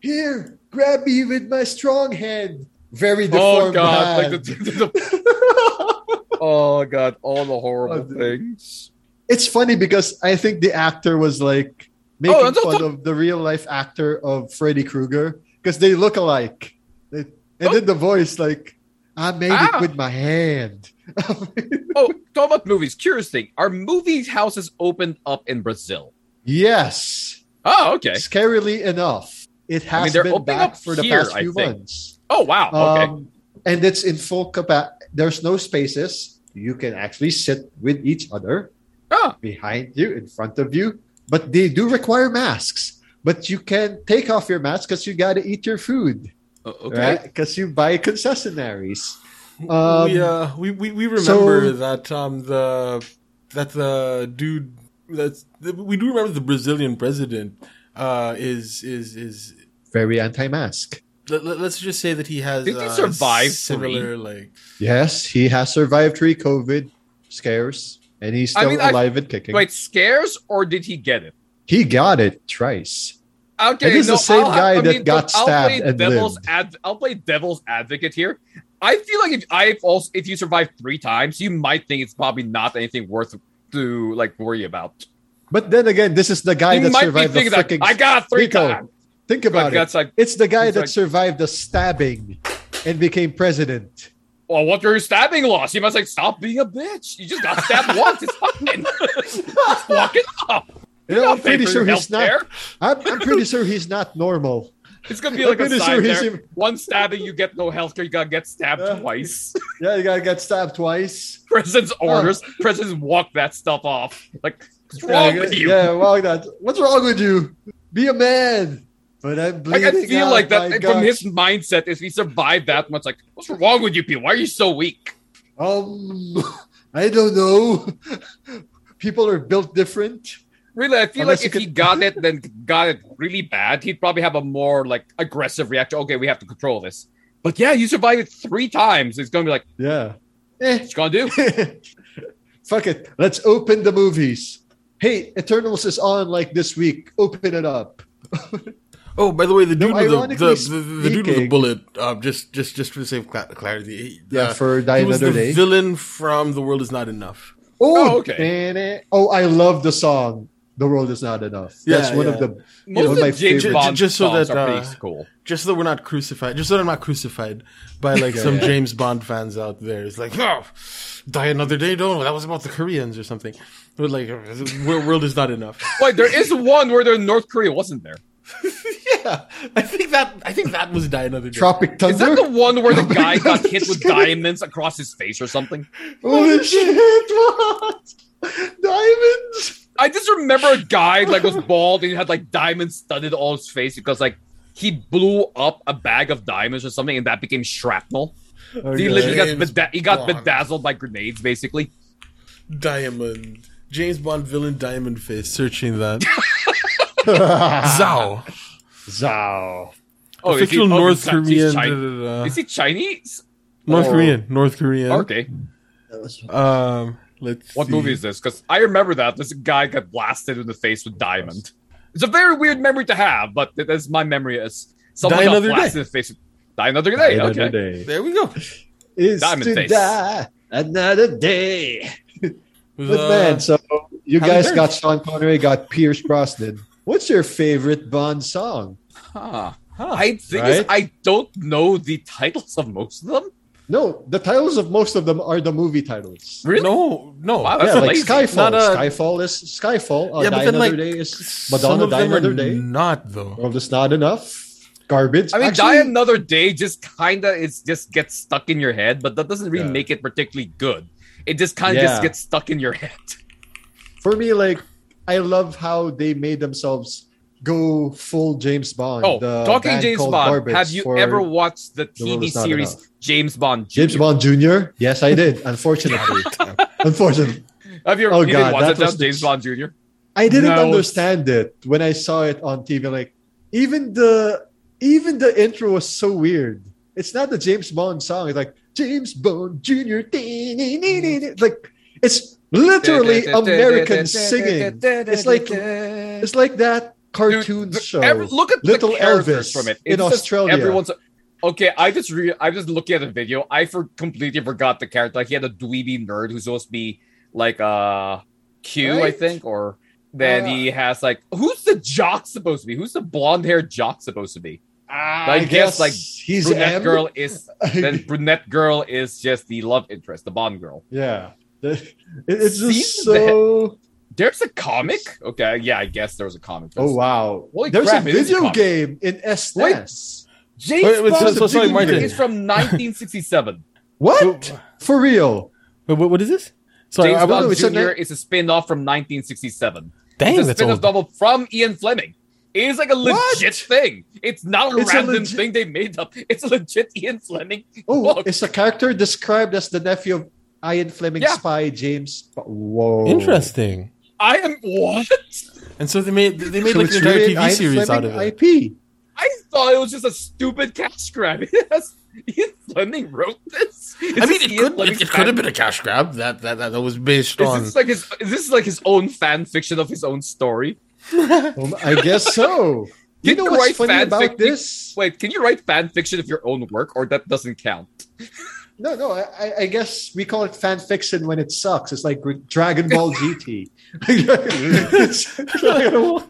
Speaker 1: here, grab me with my strong hand. Very deformed
Speaker 2: Oh god! Like
Speaker 1: hand.
Speaker 2: the, the- the- oh god! All the horrible
Speaker 1: Oh, dude.
Speaker 2: things.
Speaker 1: it's funny because I think the actor was like making
Speaker 2: Oh, that's
Speaker 1: fun
Speaker 2: also-
Speaker 1: of the real life actor of Freddy Krueger because they look alike. They- And then the voice, like, I made
Speaker 2: Ah.
Speaker 1: it with my hand.
Speaker 2: Oh, talk about movies. Curious thing: are movie houses opened up in Brazil?
Speaker 1: yes.
Speaker 2: Oh, okay.
Speaker 1: Scarily enough, it has
Speaker 2: they're
Speaker 1: been
Speaker 2: opening
Speaker 1: back
Speaker 2: up
Speaker 1: for the
Speaker 2: here,
Speaker 1: past
Speaker 2: I
Speaker 1: few
Speaker 2: think.
Speaker 1: months.
Speaker 2: Oh, wow. Okay.
Speaker 1: Um, and it's in full capacity. There's no spaces. You can actually sit with each other
Speaker 2: Ah.
Speaker 1: behind you, in front of you. But they do require masks. But you can take off your mask because you got to eat your food,
Speaker 3: okay.
Speaker 1: right? Because you buy concessionaires.
Speaker 3: we,
Speaker 1: Um,
Speaker 3: uh, we, we we
Speaker 1: so-
Speaker 3: remember that um the that the dude that's we do remember the Brazilian president uh is is is
Speaker 1: Very anti-mask.
Speaker 3: let, let- let's just say that he has
Speaker 2: Did he
Speaker 3: uh,
Speaker 2: survive
Speaker 3: similar like
Speaker 1: Yes, he has survived three COVID scares, and he's
Speaker 2: I
Speaker 1: still
Speaker 2: mean, I-
Speaker 1: alive and kicking.
Speaker 2: Wait, scares or did he get it?
Speaker 1: He got it thrice.
Speaker 2: Okay,
Speaker 1: It is the
Speaker 2: no,
Speaker 1: same
Speaker 2: I'll have-
Speaker 1: guy
Speaker 2: I
Speaker 1: that
Speaker 2: mean,
Speaker 1: got
Speaker 2: look,
Speaker 1: stabbed
Speaker 2: I'll play
Speaker 1: and
Speaker 2: devil's
Speaker 1: lived.
Speaker 2: ad- I'll play devil's advocate here. I feel like if I've also if you survive three times, you might think it's probably not anything worth to like worry about.
Speaker 1: But then again, this is the guy
Speaker 2: you
Speaker 1: that
Speaker 2: might be
Speaker 1: survived the
Speaker 2: thinking that
Speaker 1: freaking
Speaker 2: I got three
Speaker 1: Rico,
Speaker 2: times.
Speaker 1: Think about
Speaker 2: But
Speaker 1: it.
Speaker 2: that's like,
Speaker 1: It's the guy
Speaker 2: He's
Speaker 1: that
Speaker 2: like-
Speaker 1: survived the stabbing and became president.
Speaker 2: well, what were your stabbing laws? You must like stop being a bitch. You just got stabbed once. It's fine. just walk it off.
Speaker 1: You
Speaker 2: You're
Speaker 1: know,
Speaker 2: not
Speaker 1: I'm
Speaker 2: paying
Speaker 1: pretty
Speaker 2: for
Speaker 1: sure
Speaker 2: your
Speaker 1: he's
Speaker 2: healthcare.
Speaker 1: not. I'm, I'm pretty sure he's not normal.
Speaker 2: It's gonna be like
Speaker 1: I'm
Speaker 2: a
Speaker 1: pretty
Speaker 2: side
Speaker 1: sure he's. Uh,
Speaker 2: there.
Speaker 1: in-
Speaker 2: One stabbing, you get no healthcare. You gotta get stabbed
Speaker 1: Yeah.
Speaker 2: twice.
Speaker 1: yeah, the guy got stabbed twice.
Speaker 2: President's orders. Presidents walk that stuff off. Like, what's wrong
Speaker 1: yeah,
Speaker 2: with you?
Speaker 1: Yeah, wrong that. What's wrong with you? Be a man. But I'm
Speaker 2: like,
Speaker 1: bleeding.
Speaker 2: I feel
Speaker 1: out,
Speaker 2: like
Speaker 1: my
Speaker 2: that from
Speaker 1: God.
Speaker 2: his mindset. If he survived that much, like, what's wrong with you, people? Why are you so weak?
Speaker 1: Um, I don't know. People are built different.
Speaker 2: Really, I feel
Speaker 1: Unless
Speaker 2: like if
Speaker 1: you
Speaker 2: he
Speaker 1: could-
Speaker 2: got it, then got it really bad, he'd probably have a more like aggressive reaction. Okay, we have to control this. But yeah, you survived it three times. It's gonna be like,
Speaker 1: Yeah. Eh.
Speaker 2: what you gonna do?
Speaker 1: Fuck it. Let's open the movies. Hey, Eternals is on like this week. Open it up.
Speaker 3: oh by the way the
Speaker 1: No,
Speaker 3: dude with the, the,
Speaker 1: ironically
Speaker 3: the- the dude with the
Speaker 1: speaking-
Speaker 3: bullet uh, just just just for the sake of cla- clarity
Speaker 1: Yeah,
Speaker 3: uh,
Speaker 1: for Die
Speaker 3: he was
Speaker 1: Another
Speaker 3: the
Speaker 1: Day.
Speaker 3: villain from The World Is Not Enough
Speaker 2: Oh, okay.
Speaker 1: okay. Oh, I love the song. The world is not enough. That's
Speaker 3: Yeah,
Speaker 1: one
Speaker 3: yeah.
Speaker 1: of the.
Speaker 2: Most
Speaker 1: know,
Speaker 2: of
Speaker 1: my
Speaker 2: James
Speaker 1: favorite-
Speaker 2: Bond
Speaker 3: Just so
Speaker 2: songs
Speaker 3: that,
Speaker 2: are
Speaker 3: uh,
Speaker 2: pretty cool.
Speaker 3: just so that we're not crucified, just so that I'm not crucified by like
Speaker 1: Yeah,
Speaker 3: some
Speaker 1: yeah.
Speaker 3: James Bond fans out there. It's like, oh, die another day. No, that was about the Koreans or something. But like, the wor- world is not enough.
Speaker 2: Wait, there is one where they're in North Korea, wasn't there?
Speaker 3: yeah, I think that I think that was die another day.
Speaker 1: Tropic
Speaker 2: Is that
Speaker 1: Thunder?
Speaker 2: the one where the guy got hit with diamonds across his face or something?
Speaker 1: Holy shit, what? Diamonds?
Speaker 2: I just remember a guy like was bald and he had like diamonds studded all his face because like he blew up a bag of diamonds or something and that became shrapnel.
Speaker 3: Oh,
Speaker 2: He literally got,
Speaker 3: James
Speaker 2: beda- he got
Speaker 3: Bond.
Speaker 2: bedazzled by grenades basically.
Speaker 3: Diamond. James Bond villain Diamond Face searching that. Zao.
Speaker 4: Zao.
Speaker 2: Oh, is he-
Speaker 3: fictional
Speaker 2: oh,
Speaker 3: North
Speaker 2: he's not- he's
Speaker 3: Korean.
Speaker 2: Chi-
Speaker 3: da, da, da.
Speaker 2: Is he Chinese?
Speaker 3: North
Speaker 2: or-
Speaker 3: Korean. North Korean.
Speaker 2: Okay.
Speaker 3: Um, let's.
Speaker 2: What
Speaker 3: see.
Speaker 2: movie is this? Because I remember that this guy got blasted in the face with diamond. It's a very weird memory to have, but that is my memory. Is someone
Speaker 3: Die
Speaker 2: got
Speaker 3: Another
Speaker 2: blasted
Speaker 3: Day.
Speaker 2: in the face? With... Die another day. okay.
Speaker 4: Another day.
Speaker 3: There we go.
Speaker 1: Is
Speaker 2: Diamond
Speaker 1: to
Speaker 2: Face.
Speaker 1: die another day.
Speaker 3: Was,
Speaker 1: But
Speaker 2: uh,
Speaker 1: man, so you
Speaker 3: Halle
Speaker 1: guys
Speaker 3: Berry.
Speaker 1: got Sean Connery, got Pierce Brosnan. What's your favorite Bond song?
Speaker 2: Huh. I think
Speaker 1: Right?
Speaker 2: is I don't know the titles of most of them.
Speaker 1: No, the titles of most of them are the movie titles.
Speaker 2: Really?
Speaker 3: No, no.
Speaker 2: Wow, that's uh,
Speaker 1: Yeah, like
Speaker 2: lazy.
Speaker 1: Skyfall.
Speaker 3: Not a-
Speaker 1: Skyfall is Skyfall. Uh,
Speaker 3: Yeah, but
Speaker 1: Die
Speaker 3: then,
Speaker 1: Another
Speaker 3: like,
Speaker 1: Day is
Speaker 3: Some
Speaker 1: Madonna.
Speaker 3: of
Speaker 1: Die
Speaker 3: them
Speaker 1: Another
Speaker 3: are
Speaker 1: Day.
Speaker 3: not though.
Speaker 1: World is not enough. Garbage.
Speaker 2: I mean,
Speaker 1: Actually,
Speaker 2: Die Another Day just kind of it's just gets stuck in your head, but that doesn't really
Speaker 1: Yeah.
Speaker 2: make it particularly good. It just kind of just
Speaker 1: Yeah.
Speaker 2: gets stuck in your head.
Speaker 1: for me, like I love how they made themselves go full James Bond.
Speaker 2: Oh,
Speaker 1: the
Speaker 2: talking
Speaker 1: band
Speaker 2: James
Speaker 1: called
Speaker 2: Bond,
Speaker 1: Garbage
Speaker 2: have you
Speaker 1: for
Speaker 2: ever watched the
Speaker 1: The World
Speaker 2: TV
Speaker 1: Is Not
Speaker 2: series
Speaker 1: Enough.
Speaker 2: James Bond?
Speaker 1: James
Speaker 2: Jr.?
Speaker 1: Bond Jr.? Yes, I did. Unfortunately, unfortunately,
Speaker 2: Have you?
Speaker 1: Oh,
Speaker 2: you didn't
Speaker 1: God,
Speaker 2: watch
Speaker 1: that
Speaker 2: it, that
Speaker 1: was the-
Speaker 2: James Bond Jr.
Speaker 1: I didn't
Speaker 3: No.
Speaker 1: understand it when I saw it on TV. Like even the even the intro was so weird. It's not the James Bond song. It's like James Bond Jr.
Speaker 2: Mm.
Speaker 1: It's Like it's literally American singing. It's like it's like that
Speaker 2: Dude,
Speaker 1: cartoon
Speaker 2: the-
Speaker 1: show.
Speaker 2: every- look at
Speaker 1: Little
Speaker 2: the characters
Speaker 1: Elvis
Speaker 2: from it
Speaker 1: in
Speaker 2: It's just
Speaker 1: Australia.
Speaker 2: Everyone's okay. I just re- I just looking at the video. I for completely forgot the character. Like he had a dweeby nerd who's supposed to be like uh Q, I
Speaker 1: Right? Uh,
Speaker 2: think, or then he has like who's the jock supposed to be? Who's the blonde haired jock supposed to be? I guess, like,
Speaker 1: he's
Speaker 2: brunette
Speaker 1: M.
Speaker 2: girl is then brunette girl is just the love interest, the Bond girl.
Speaker 1: yeah. The- it- it's just
Speaker 2: Sees the-
Speaker 1: so.
Speaker 2: There's a comic. Okay, yeah, I guess there was a comic.
Speaker 1: Oh wow!
Speaker 2: Holy
Speaker 1: There's
Speaker 2: crap,
Speaker 1: a
Speaker 2: it is a
Speaker 1: video
Speaker 2: comic.
Speaker 1: game in S.
Speaker 2: Wait.
Speaker 1: NES.
Speaker 2: James
Speaker 3: Wait, wait,
Speaker 2: Bond
Speaker 1: so- so sorry,
Speaker 2: Jr.
Speaker 1: Martin.
Speaker 2: is from 1967.
Speaker 1: What? For real?
Speaker 3: Wait, what, what is this? Sorry,
Speaker 2: James
Speaker 3: I,
Speaker 2: Bond
Speaker 1: wonder if it's a
Speaker 2: Jr.
Speaker 1: na-
Speaker 2: is a spin-off from 1967.
Speaker 3: dang,
Speaker 2: it's a
Speaker 3: that's
Speaker 2: spin-off
Speaker 3: old.
Speaker 2: novel from Ian Fleming. It is like a legit
Speaker 1: What?
Speaker 2: thing. It's not a
Speaker 1: It's a
Speaker 2: random
Speaker 1: legit-
Speaker 2: thing they made up. It's a legit Ian Fleming.
Speaker 1: Oh,
Speaker 2: book.
Speaker 1: it's a character described as the nephew of Ian Fleming
Speaker 2: Yeah.
Speaker 1: spy James. Ba- Whoa!
Speaker 3: Interesting.
Speaker 2: I am what?
Speaker 3: And so they made they made
Speaker 1: So
Speaker 3: like an
Speaker 1: it's
Speaker 3: entire
Speaker 1: really
Speaker 3: TV
Speaker 1: Ian
Speaker 3: series out
Speaker 1: Fleming
Speaker 3: of it.
Speaker 1: IP.
Speaker 2: I thought it was just a stupid cash grab. Yes, Ian Fleming wrote this. Is
Speaker 3: I mean,
Speaker 2: this
Speaker 3: it
Speaker 2: Ian
Speaker 3: could
Speaker 2: Fleming's
Speaker 3: it, it could have
Speaker 2: fan-
Speaker 3: been a cash grab that that that, that was based
Speaker 2: Is
Speaker 3: on.
Speaker 2: this like his? Is this like his own fan fiction of his own story?
Speaker 1: Um, I guess so. you
Speaker 2: Did
Speaker 1: know
Speaker 2: the
Speaker 1: what's
Speaker 2: right
Speaker 1: funny
Speaker 2: fan
Speaker 1: about
Speaker 2: fic-
Speaker 1: this?
Speaker 2: Wait, can you write fan fiction of your own work, or that doesn't count?
Speaker 1: No, no. I, I- I guess we call it fan fiction when it sucks. It's like Dragon Ball GT. It's Dragon Ball-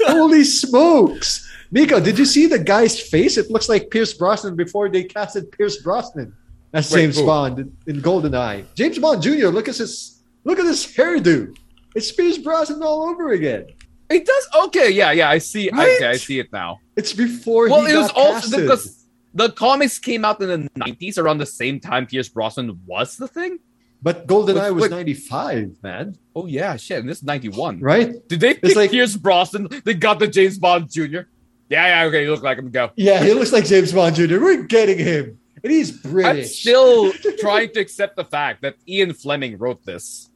Speaker 1: Holy smokes! Nico, did you see the guy's face? It looks like Pierce Brosnan before they casted Pierce Brosnan as
Speaker 2: Wait,
Speaker 1: James
Speaker 2: who?
Speaker 1: Bond in, in GoldenEye. James Bond Jr. Look at his look at his hairdo. It's Pierce Brosnan all over again.
Speaker 2: It does. Okay, yeah, yeah. I see.
Speaker 1: Right?
Speaker 2: Okay, I see it now.
Speaker 1: It's before
Speaker 2: well,
Speaker 1: he
Speaker 2: it was
Speaker 1: got
Speaker 2: also
Speaker 1: casted.
Speaker 2: because the comics came out in the nineties, around the same time Pierce Brosnan was the thing.
Speaker 1: but GoldenEye was
Speaker 2: Wait.
Speaker 1: ninety five, man.
Speaker 2: Oh yeah, shit. And this is ninety one.
Speaker 1: Right?
Speaker 2: Did they pick
Speaker 1: like-
Speaker 2: Pierce Brosnan? They got the James Bond Jr. Yeah, yeah. Okay, you look like him. Go.
Speaker 1: Yeah, he looks like James Bond Jr. We're getting him. And he's
Speaker 2: I'm
Speaker 1: British.
Speaker 2: still trying to accept the fact that Ian Fleming wrote this.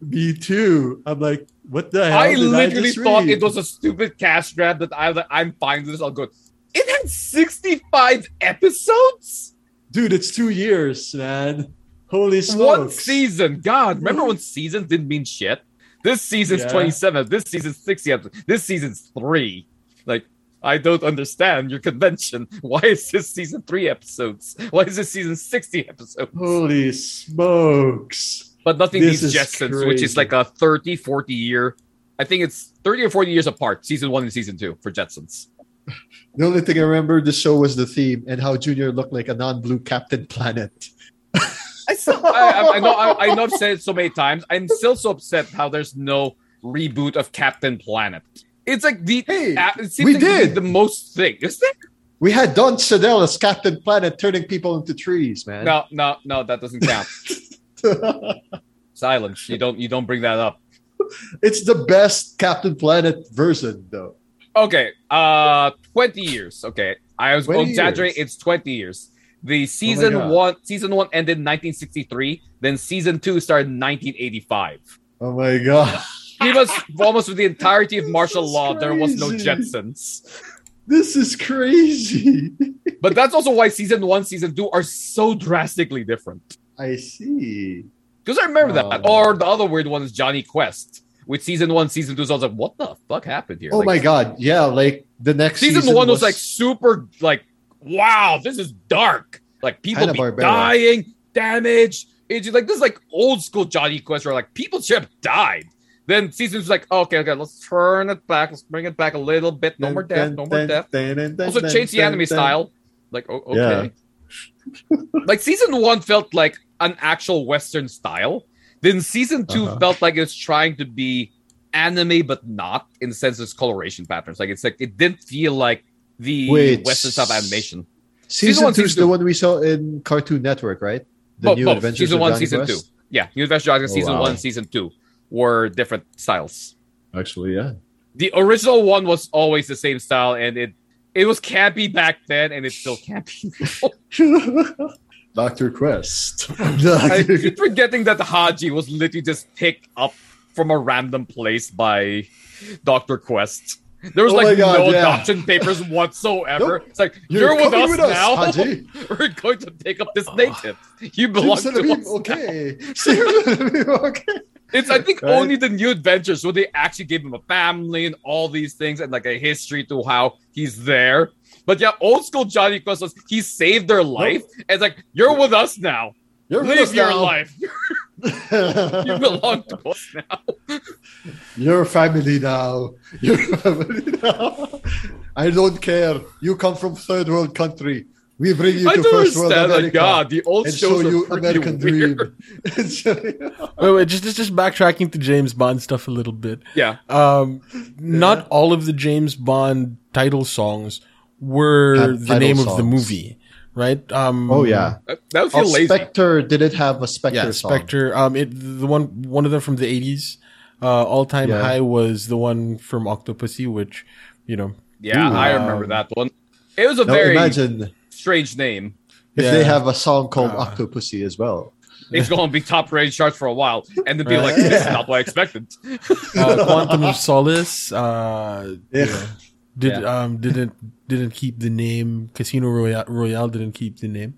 Speaker 1: Me too. I'm like, what the hell?
Speaker 2: I
Speaker 1: did
Speaker 2: literally
Speaker 1: just
Speaker 2: thought
Speaker 1: read?
Speaker 2: it was a stupid cash grab that I I'm fine with this. I'll go. It had sixty five episodes.
Speaker 1: Dude, it's two years, man. Holy smokes.
Speaker 2: One season. God, remember when seasons didn't mean shit? This season's
Speaker 1: Yeah.
Speaker 2: 27. This season's 60. episodes. This season's three. Like, I don't understand your convention. Why is this season three episodes? Why is this season 60 episodes?
Speaker 1: Holy smokes.
Speaker 2: But nothing
Speaker 1: Oh, This is
Speaker 2: beats Jetsons, which is
Speaker 1: crazy.
Speaker 2: like a 30, 40 year. I think it's 30 or 40 years apart, season one and season two for Jetsons.
Speaker 1: The only thing I remember the show was the theme and how Junior looked like a non blue Captain Planet.
Speaker 2: I, still, I, I- I know, I, I know I've said it so many times. I'm still so upset how there's no reboot of Captain Planet. It's like the
Speaker 1: Hey,
Speaker 2: Uh, it seems
Speaker 1: we
Speaker 2: like they
Speaker 1: did.
Speaker 2: the most thing. Is that?
Speaker 1: We had Don Sedell as Captain Planet turning people into trees, man.
Speaker 2: No, no, no. That doesn't count. Silence. You don't. You don't bring that up.
Speaker 1: it's the best Captain Planet version, though.
Speaker 2: Okay. Uh, twenty years. Okay. I was
Speaker 1: 20
Speaker 2: exaggerating.
Speaker 1: years. Oh
Speaker 2: It's twenty years. The season
Speaker 1: God.
Speaker 2: one. Season one ended in 1963. Then season two started in 1985.
Speaker 1: Oh my God.
Speaker 2: he was almost with the entirety of martial
Speaker 1: This is
Speaker 2: law. There was no
Speaker 1: crazy.
Speaker 2: Jetsons.
Speaker 1: This is crazy.
Speaker 2: But that's also why season one, season two are so drastically different.
Speaker 1: I see.
Speaker 2: Because I remember that.
Speaker 3: Oh.
Speaker 2: Or the other weird one is Johnny Quest. With season one, season two, so I was like, what the fuck happened here?
Speaker 1: Oh
Speaker 2: Like,
Speaker 1: my god. Yeah, like the next
Speaker 2: season, one was, like super like wow this is dark like people be
Speaker 1: Hanna-Barbera.
Speaker 2: dying damaged it's just like this is like old school johnny quest where like people should have died then season was like okay okay let's turn it back let's bring it back a little bit no more death no more death also change the anime style like o- okay like season one felt like an actual western style then season 2
Speaker 1: Uh-huh.
Speaker 2: felt like it's trying to be anime but not in the sense of its coloration patterns like it's like it didn't feel like the
Speaker 1: Wait.
Speaker 2: western style animation Season
Speaker 1: Season,
Speaker 2: one,
Speaker 1: two is
Speaker 2: season
Speaker 1: the
Speaker 2: two.
Speaker 1: one we saw in Cartoon Network, right? The
Speaker 2: Bo-
Speaker 1: new
Speaker 2: both.
Speaker 1: adventures
Speaker 2: Season
Speaker 1: of
Speaker 2: one,
Speaker 1: Johnny
Speaker 2: season
Speaker 1: Quest?
Speaker 2: two. yeah new adventure Dragon
Speaker 4: Oh,
Speaker 2: season
Speaker 4: wow.
Speaker 2: one season two were different styles
Speaker 4: Actually, yeah.
Speaker 2: the original one was always the same style and it it was campy back then and it's still campy now.
Speaker 4: Dr. Quest.
Speaker 2: I
Speaker 1: Doctor-
Speaker 2: keep forgetting that Haji was literally just picked up from a random place by Dr. Quest. There was
Speaker 1: Oh my
Speaker 2: like
Speaker 1: God,
Speaker 2: no
Speaker 1: yeah.
Speaker 2: adoption papers whatsoever. It's like
Speaker 1: You're
Speaker 2: you're, with,
Speaker 1: coming
Speaker 2: us
Speaker 1: with us,
Speaker 2: now.
Speaker 1: Haji."
Speaker 2: We're going to pick up this native. You belong
Speaker 1: Seems
Speaker 2: to
Speaker 1: to be
Speaker 2: us.
Speaker 1: okay. Seems to be okay.
Speaker 2: It's I think
Speaker 1: Right.
Speaker 2: only the new adventures where they actually gave him a family and all these things and like a history to how he's there. But yeah, old school Johnny Quest was he saved their life. And it's like you're with us now.
Speaker 1: You're with
Speaker 2: Live
Speaker 1: us
Speaker 2: your
Speaker 1: now.
Speaker 2: life. You belong to us now.
Speaker 1: Your family now. Your family now. I don't care. You come from third world country. We bring you
Speaker 2: I
Speaker 1: to
Speaker 2: don't
Speaker 1: first world
Speaker 2: understand
Speaker 1: America
Speaker 2: that. God, the old
Speaker 1: and show
Speaker 2: shows
Speaker 1: you
Speaker 2: are pretty
Speaker 1: American
Speaker 2: weird.
Speaker 1: dream. And show you-
Speaker 3: Wait, wait, just, just just backtracking to James Bond stuff a little bit.
Speaker 2: Yeah,
Speaker 3: Um, not all of the James Bond title songs were
Speaker 1: Had
Speaker 3: the
Speaker 1: title
Speaker 3: name of the
Speaker 1: songs.
Speaker 3: movie, right? Um,
Speaker 1: oh yeah.
Speaker 2: that that would feel
Speaker 1: Oh,
Speaker 2: lazy.
Speaker 1: Spectre did it have a Spectre
Speaker 3: yeah,
Speaker 1: song?
Speaker 3: Spectre. Um, it the one one of them from the eighties. Uh, all time
Speaker 1: Yeah.
Speaker 3: high was the one from Octopussy, which you know.
Speaker 2: yeah,
Speaker 1: Ooh.
Speaker 2: I remember
Speaker 3: Um,
Speaker 2: that one. It was a
Speaker 1: Now
Speaker 2: very
Speaker 1: imagine
Speaker 2: strange name.
Speaker 1: if
Speaker 3: Yeah.
Speaker 1: they have a song called
Speaker 3: Uh.
Speaker 1: Octopussy as well.
Speaker 2: It's going to be top rated charts for a while, and then be like,
Speaker 1: Right.
Speaker 2: "This is not what I expected."
Speaker 3: uh, Quantum of Solace uh,
Speaker 1: Yeah.
Speaker 3: yeah, did um, didn't didn't keep the name Casino Royale. Royale didn't keep the name.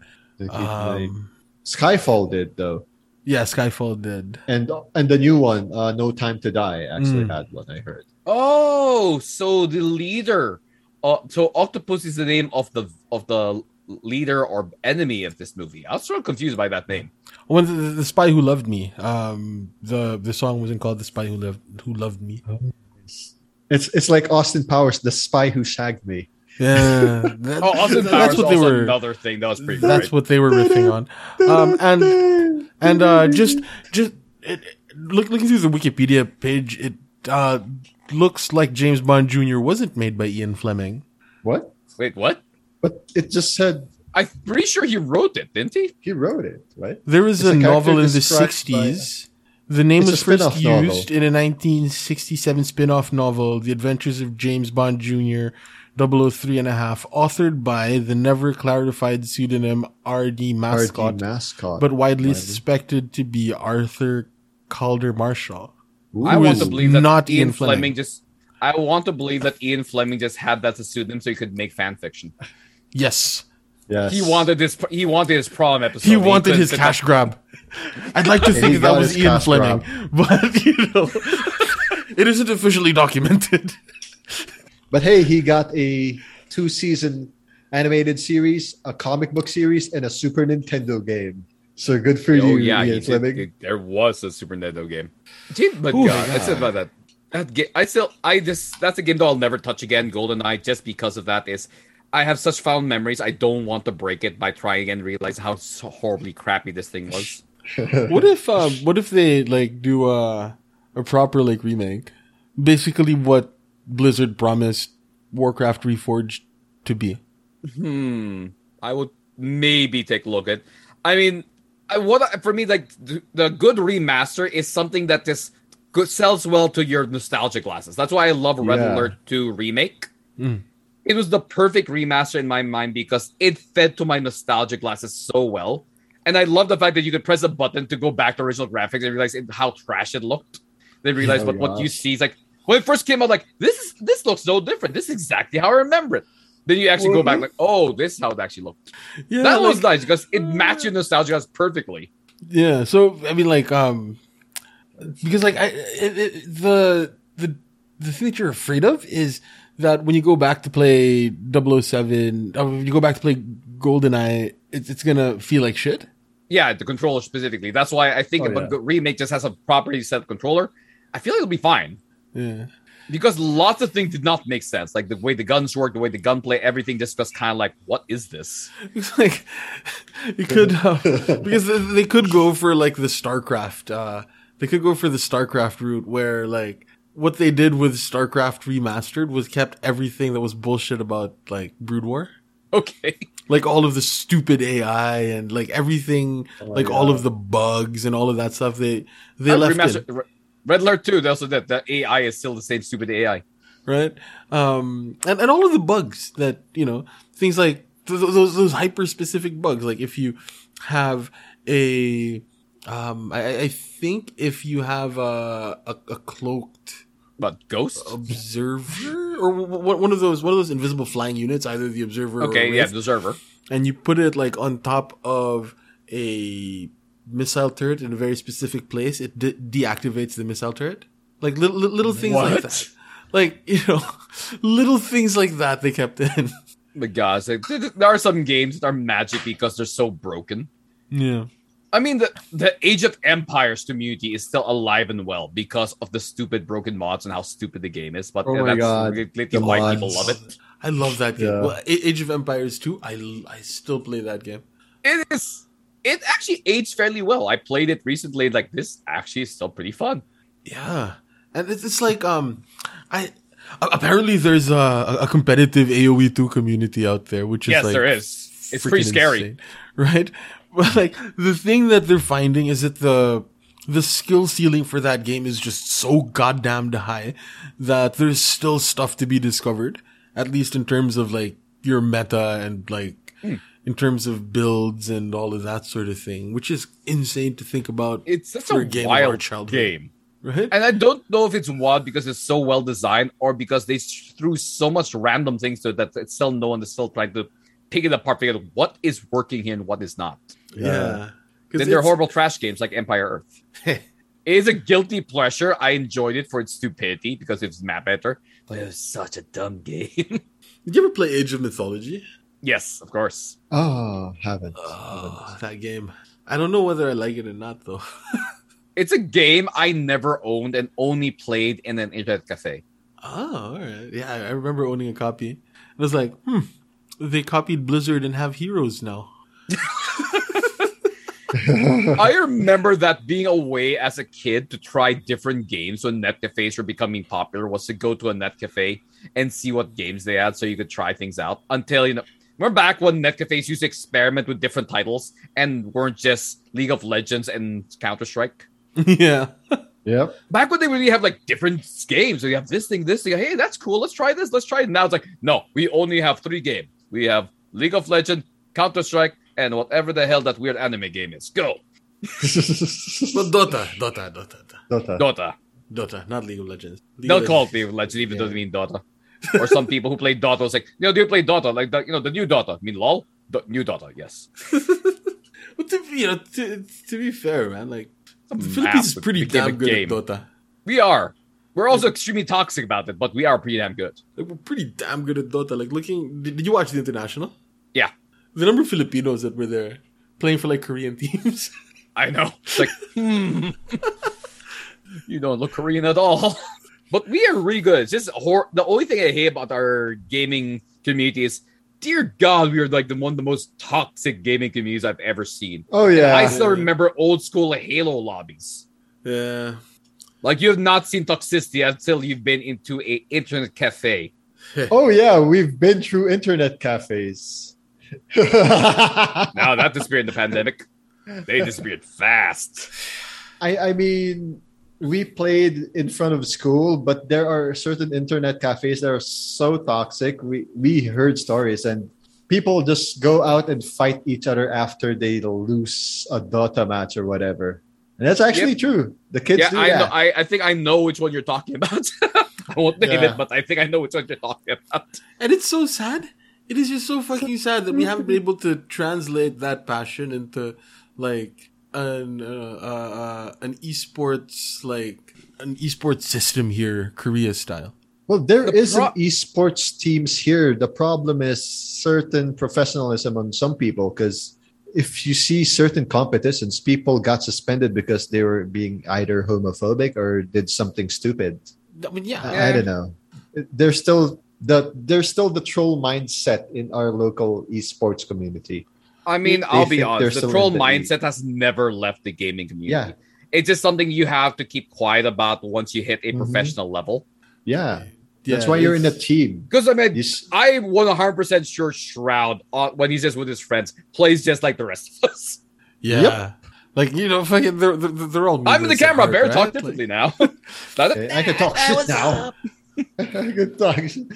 Speaker 3: Um,
Speaker 1: Skyfall did though,
Speaker 3: yeah, Skyfall did.
Speaker 1: and and the new one, uh, No Time to Die, actually
Speaker 3: Mm.
Speaker 1: had one. I heard.
Speaker 2: Oh, so the leader. Uh, so Octopus is the name of the of the leader or enemy of this movie. I was sort of confused by that name.
Speaker 3: When the, the Spy Who Loved Me, um, the the song wasn't called The Spy Who Loved Who Loved Me.
Speaker 1: It's it's like Austin Powers, the spy who shagged me.
Speaker 3: Yeah, that-
Speaker 2: Oh, Austin
Speaker 3: that-
Speaker 2: Powers
Speaker 3: that's what they
Speaker 2: also
Speaker 3: were.
Speaker 2: another thing that was pretty
Speaker 3: That's
Speaker 2: great.
Speaker 3: what they were riffing on. Um, and and uh, just just it, it- look, looking through the Wikipedia page, it uh, looks like James Bond Jr. wasn't made by Ian Fleming.
Speaker 1: what?
Speaker 2: Wait, what?
Speaker 1: But it just said
Speaker 2: I'm pretty sure he wrote it, didn't he?
Speaker 1: he wrote it, right?
Speaker 3: There was
Speaker 1: It's
Speaker 3: a
Speaker 1: a character
Speaker 3: novel in the
Speaker 1: described by-
Speaker 3: 60s. The name
Speaker 1: It's
Speaker 3: was
Speaker 1: a
Speaker 3: first
Speaker 1: spin-off novel.
Speaker 3: used in a 1967 spin off novel, The Adventures of James Bond Jr., 003 and a half, authored by the never clarified pseudonym R.D. Mascot,
Speaker 1: RD mascot.
Speaker 3: but widely
Speaker 1: Widely.
Speaker 3: suspected to be Arthur Calder Marshall.
Speaker 2: I want to
Speaker 3: is
Speaker 2: believe that
Speaker 3: not
Speaker 2: Ian
Speaker 3: Ian Fleming.
Speaker 2: Fleming. just. I want to believe that Ian Fleming just had that as a pseudonym so he could make fan fiction.
Speaker 3: Yes.
Speaker 1: Yes.
Speaker 2: He wanted this. He wanted his prom episode.
Speaker 3: He wanted
Speaker 2: couldn't
Speaker 3: his
Speaker 2: sit
Speaker 3: cash
Speaker 2: down.
Speaker 3: grab. I'd like to
Speaker 1: he
Speaker 3: think that
Speaker 1: got
Speaker 3: was
Speaker 1: his
Speaker 3: Ian
Speaker 1: cash
Speaker 3: Fleming, but, you know, it isn't officially documented.
Speaker 1: But hey, he got a two season animated series, a comic book series, and a Super Nintendo game. So good for
Speaker 2: Oh
Speaker 1: you,
Speaker 2: yeah, he
Speaker 1: Ian
Speaker 2: did-
Speaker 1: Fleming.
Speaker 2: it- there was a Super Nintendo game. Gee, but
Speaker 3: Ooh,
Speaker 2: God,
Speaker 3: my
Speaker 2: I said about that. That game, I still, I just that's a game that I'll never touch again. GoldenEye, just because of that is, I have such fond memories. I don't want to break it by trying and realize how so horribly crappy this thing was.
Speaker 3: what if um, what if they like do a a proper like remake? Basically, what Blizzard promised Warcraft Reforged to be.
Speaker 2: Hmm. I would maybe take a look at. I mean, I, what I- for me like the, the good remaster is something that this good sells well to your nostalgia glasses. That's why I love Red
Speaker 1: Yeah.
Speaker 2: Alert 2 remake.
Speaker 3: Mm.
Speaker 2: It was the perfect remaster in my mind because it fed to my nostalgia glasses so well. And I love the fact that you could press a button to go back to original graphics and realize it, how trash it looked. They realize
Speaker 4: Oh,
Speaker 2: what, what
Speaker 4: God.
Speaker 2: you see is like when it first came out, like this is this looks so different. This is exactly how I remember it. Then you actually go back like, oh, this is how it actually looked.
Speaker 3: Yeah,
Speaker 2: that
Speaker 3: like-
Speaker 2: was nice because it matched your nostalgia guys perfectly.
Speaker 3: Yeah, so I mean, like, um, because like I it, it, the the the thing that you're afraid of is that when you go back to play 007, uh, when you go back to play GoldenEye, it's it's gonna feel like shit.
Speaker 2: Yeah, the controller specifically. That's why I think
Speaker 4: Oh,
Speaker 2: if a
Speaker 4: yeah.
Speaker 2: good remake just has a properly set controller, I feel it'll be fine.
Speaker 3: Yeah,
Speaker 2: because lots of things did not make sense like the way the guns work the way the gunplay everything just was kind of like what is this
Speaker 3: it's like you could uh, because they- they could go for like the StarCraft. Uh, they could go for the StarCraft route where like what they did with StarCraft remastered was kept everything that was bullshit about like Brood War.
Speaker 2: okay
Speaker 3: like all of the stupid AI and like everything,
Speaker 2: Oh,
Speaker 3: like all of the bugs and all of that stuff. They they
Speaker 2: Uh,
Speaker 3: left
Speaker 2: remaster-
Speaker 3: it
Speaker 2: Re- red alert 2 they also did the ai is still the same stupid ai
Speaker 3: right, um, and and all of the bugs that you know things like th- th- those those hyper specific bugs. Like if you have a, um, I, I- I think if you have a a, a cloaked
Speaker 2: but ghost
Speaker 3: Uh, observer or w- w- one of those one of those invisible flying units, either the observer
Speaker 2: okay
Speaker 3: or
Speaker 2: yeah
Speaker 3: Wraith,
Speaker 2: the server
Speaker 3: and you put it like on top of a missile turret in a very specific place, it de- deactivates the missile turret. Like little little, little things like
Speaker 4: What?
Speaker 3: that. Like you know, little things like that they kept in.
Speaker 2: my gosh like, th- th- there are some games that are magic because they're so broken
Speaker 3: Yeah,
Speaker 2: i mean the, the age of empires community is still alive and well because of the stupid broken mods and how stupid the game is but
Speaker 4: Oh
Speaker 2: yeah,
Speaker 4: my
Speaker 2: that's
Speaker 4: God,
Speaker 2: really
Speaker 4: the
Speaker 2: why people
Speaker 4: mods.
Speaker 2: love it
Speaker 3: I love that game.
Speaker 4: Yeah.
Speaker 3: Well, A- Age of Empires 2, I l- I still play that game.
Speaker 2: it is it actually aged fairly well i played it recently like this actually is still pretty fun
Speaker 3: Yeah, and it's, it's like um, I a- apparently there's a, a competitive AOE two community out there, which is
Speaker 2: yes
Speaker 3: like
Speaker 2: there is it's
Speaker 3: freaking
Speaker 2: pretty scary
Speaker 3: insane, right? But like the thing that they're finding is that the the skill ceiling for that game is just so goddamn high that there's still stuff to be discovered, at least in terms of like your meta and like
Speaker 2: Hmm.
Speaker 3: in terms of builds and all of that sort of thing, which is insane to think about.
Speaker 2: it's such
Speaker 3: for
Speaker 2: a
Speaker 3: game of our
Speaker 2: wild
Speaker 3: childhood.
Speaker 2: game
Speaker 3: right?
Speaker 2: and i don't know if it's wild because it's so well designed or because they sh- threw so much random things to it that it's still no one is still trying to pick it apart figure out what is working here and what is not
Speaker 3: yeah. 'Cause
Speaker 2: then there are
Speaker 3: it's-
Speaker 2: horrible trash games like empire earth it is a guilty pleasure i enjoyed it for its stupidity because it's map editor but it was such a dumb game
Speaker 3: Did you ever play Age of Mythology?
Speaker 2: yes of course
Speaker 1: Oh, haven't.
Speaker 2: Uh,
Speaker 3: Oh, that game. I don't know whether I like it or not, though.
Speaker 2: It's a game I never owned and only played in an internet cafe.
Speaker 3: Oh, all right. Yeah, I I remember owning a copy. And I was like, hmm, they copied Blizzard and have heroes now.
Speaker 2: I remember that being a way as a kid to try different games when net cafes were becoming popular was to go to a net cafe and see what games they had so you could try things out until you know we're back when net cafes used to experiment with different titles and weren't just League of Legends and Counter Strike.
Speaker 3: yeah.
Speaker 4: Yep.
Speaker 2: Back when they really have like different games, so you have this thing, this thing. Hey, that's cool. Let's try this. Let's try it. Now it's like, no, we only have three games. We have League of Legends, Counter Strike, and whatever the hell that weird anime game is. Go
Speaker 3: But Dota, Dota, Dota, Dota,
Speaker 4: Dota.
Speaker 2: Dota.
Speaker 3: Dota, not League of Legends. League
Speaker 2: They'll
Speaker 3: of
Speaker 2: call it
Speaker 3: Legends.
Speaker 2: League of Legends, even
Speaker 3: Yeah.
Speaker 2: though they mean Dota. Or some people who play Dota was like, you know, do you play Dota? Like, the, you know, the new Dota. I mean, lol, the new Dota. Yes.
Speaker 3: But to, be- you know, to, to be fair, man, like,
Speaker 2: a
Speaker 3: the Philippines is
Speaker 2: massive
Speaker 3: pretty
Speaker 2: big game
Speaker 3: damn
Speaker 2: of
Speaker 3: good
Speaker 2: game.
Speaker 3: at Dota.
Speaker 2: We are. We're also extremely toxic about it, but we are pretty damn good.
Speaker 3: Like, we're pretty damn good at Dota. Like, looking, did, did you watch the international?
Speaker 2: Yeah,
Speaker 3: The number of Filipinos that were there playing for like Korean teams.
Speaker 2: I know. It's like, hmm. you don't look Korean at all. But we are really good. It's just hor- the only thing I hate about our gaming community is, dear God, we are like the one of the most toxic gaming communities I've ever seen.
Speaker 1: Oh yeah.
Speaker 2: I still remember old school Halo lobbies.
Speaker 3: yeah.
Speaker 2: Like you have not seen toxicity until you've been into a internet cafe.
Speaker 1: oh yeah, we've been through internet cafes. I
Speaker 2: Now that disappeared in the pandemic. They disappeared fast.
Speaker 1: I mean, we played in front of school, but there are certain internet cafes that are so toxic. We we heard stories and people just go out and fight each other after they lose a Dota match or whatever. and that's actually true. The kids
Speaker 2: yeah,
Speaker 1: do
Speaker 2: I,
Speaker 1: that.
Speaker 2: know, I I think I know which one you're talking about. I won't name
Speaker 1: Yeah.
Speaker 2: it, but I think I know which one you're talking about.
Speaker 3: And it's so sad. It is just so fucking sad that we haven't been able to translate that passion into like an uh, uh, uh, an esports like an esports system here, Korea style.
Speaker 1: Well, there
Speaker 2: The
Speaker 1: is
Speaker 2: pro-
Speaker 1: an esports teams here. The problem is certain professionalism on some people because if you see certain competitions, people got suspended because they were being either homophobic or did something stupid.
Speaker 3: I mean, yeah,
Speaker 1: I-
Speaker 2: Yeah.
Speaker 1: I don't know. There's still the there's still the troll mindset in our local esports community.
Speaker 2: I mean,
Speaker 1: They
Speaker 2: I'll be
Speaker 1: think they're
Speaker 2: honest. The
Speaker 1: so
Speaker 2: troll
Speaker 1: in the league.
Speaker 2: mindset has never left the gaming community.
Speaker 1: Yeah.
Speaker 2: It's just something you have to keep quiet about once you hit a
Speaker 1: Mhm.
Speaker 2: professional level.
Speaker 1: Yeah, that's
Speaker 3: Yeah,
Speaker 1: why you're in a
Speaker 3: it's-
Speaker 1: team.
Speaker 2: Because I mean,
Speaker 1: You s-
Speaker 2: I'm 100 percent sure Shroud uh, when he's just with his friends plays just like the rest of us.
Speaker 3: Yeah. Like you know, fucking, they're they're, they're all.
Speaker 2: I'm in the
Speaker 3: movers at
Speaker 2: camera.
Speaker 3: heart,
Speaker 2: Bear
Speaker 3: right?
Speaker 2: talk
Speaker 3: Like-
Speaker 2: differently now. Not that-
Speaker 1: Okay, I can talk
Speaker 2: Ah,
Speaker 1: shit
Speaker 2: what's
Speaker 1: now.
Speaker 2: up?
Speaker 1: I can talk shit.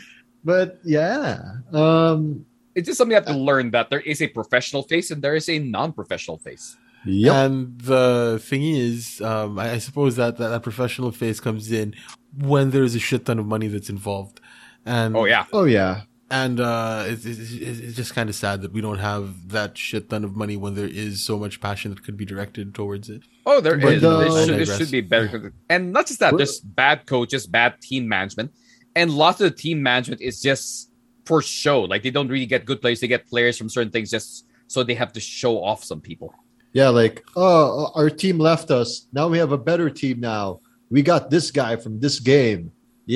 Speaker 1: But yeah, um,
Speaker 2: It's just something you have to learn that there is a professional face and there is a non-professional face.
Speaker 1: yep.
Speaker 3: And the thingy is, um, I, I suppose that, that that professional phase comes in when there is a shit ton of money that's involved. And
Speaker 2: Oh yeah,
Speaker 1: Oh yeah.
Speaker 3: and uh, it's, it's, it's it's just kind of sad that we don't have that shit ton of money when there is so much passion that could be directed towards it.
Speaker 2: oh there
Speaker 1: But,
Speaker 2: is.
Speaker 1: uh,
Speaker 2: This should,
Speaker 3: I
Speaker 2: this
Speaker 3: digress.
Speaker 2: should be better. And not just that, there's bad coaches, bad team management, and lots of the team management is just for show. Like they don't really get good players; they get players from certain things just so they have to show off some people.
Speaker 1: Yeah, like, oh, our team left us. Now we have a better team now. We got this guy from this game.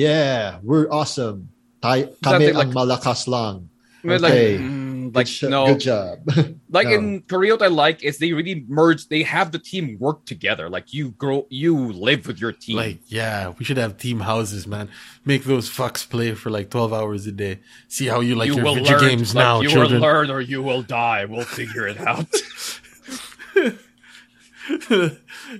Speaker 1: Yeah, we're awesome. Tay- kami
Speaker 2: Something like-
Speaker 1: ang malakas lang.
Speaker 2: I mean,
Speaker 1: Okay.
Speaker 2: Like, mm,
Speaker 1: Good
Speaker 2: like
Speaker 1: sh-
Speaker 2: no,
Speaker 1: Good job.
Speaker 2: like
Speaker 1: No.
Speaker 2: in Korea, what I like is they really merge. They have the team work together. Like you grow, you live with your team.
Speaker 3: Like, yeah, we should have team houses, man. Make those fucks play for like twelve hours a day. See how you like
Speaker 2: you
Speaker 3: your
Speaker 2: will
Speaker 3: video
Speaker 2: learn.
Speaker 3: games
Speaker 2: like,
Speaker 3: now,
Speaker 2: you
Speaker 3: children.
Speaker 2: will learn, or you will die. We'll figure it out.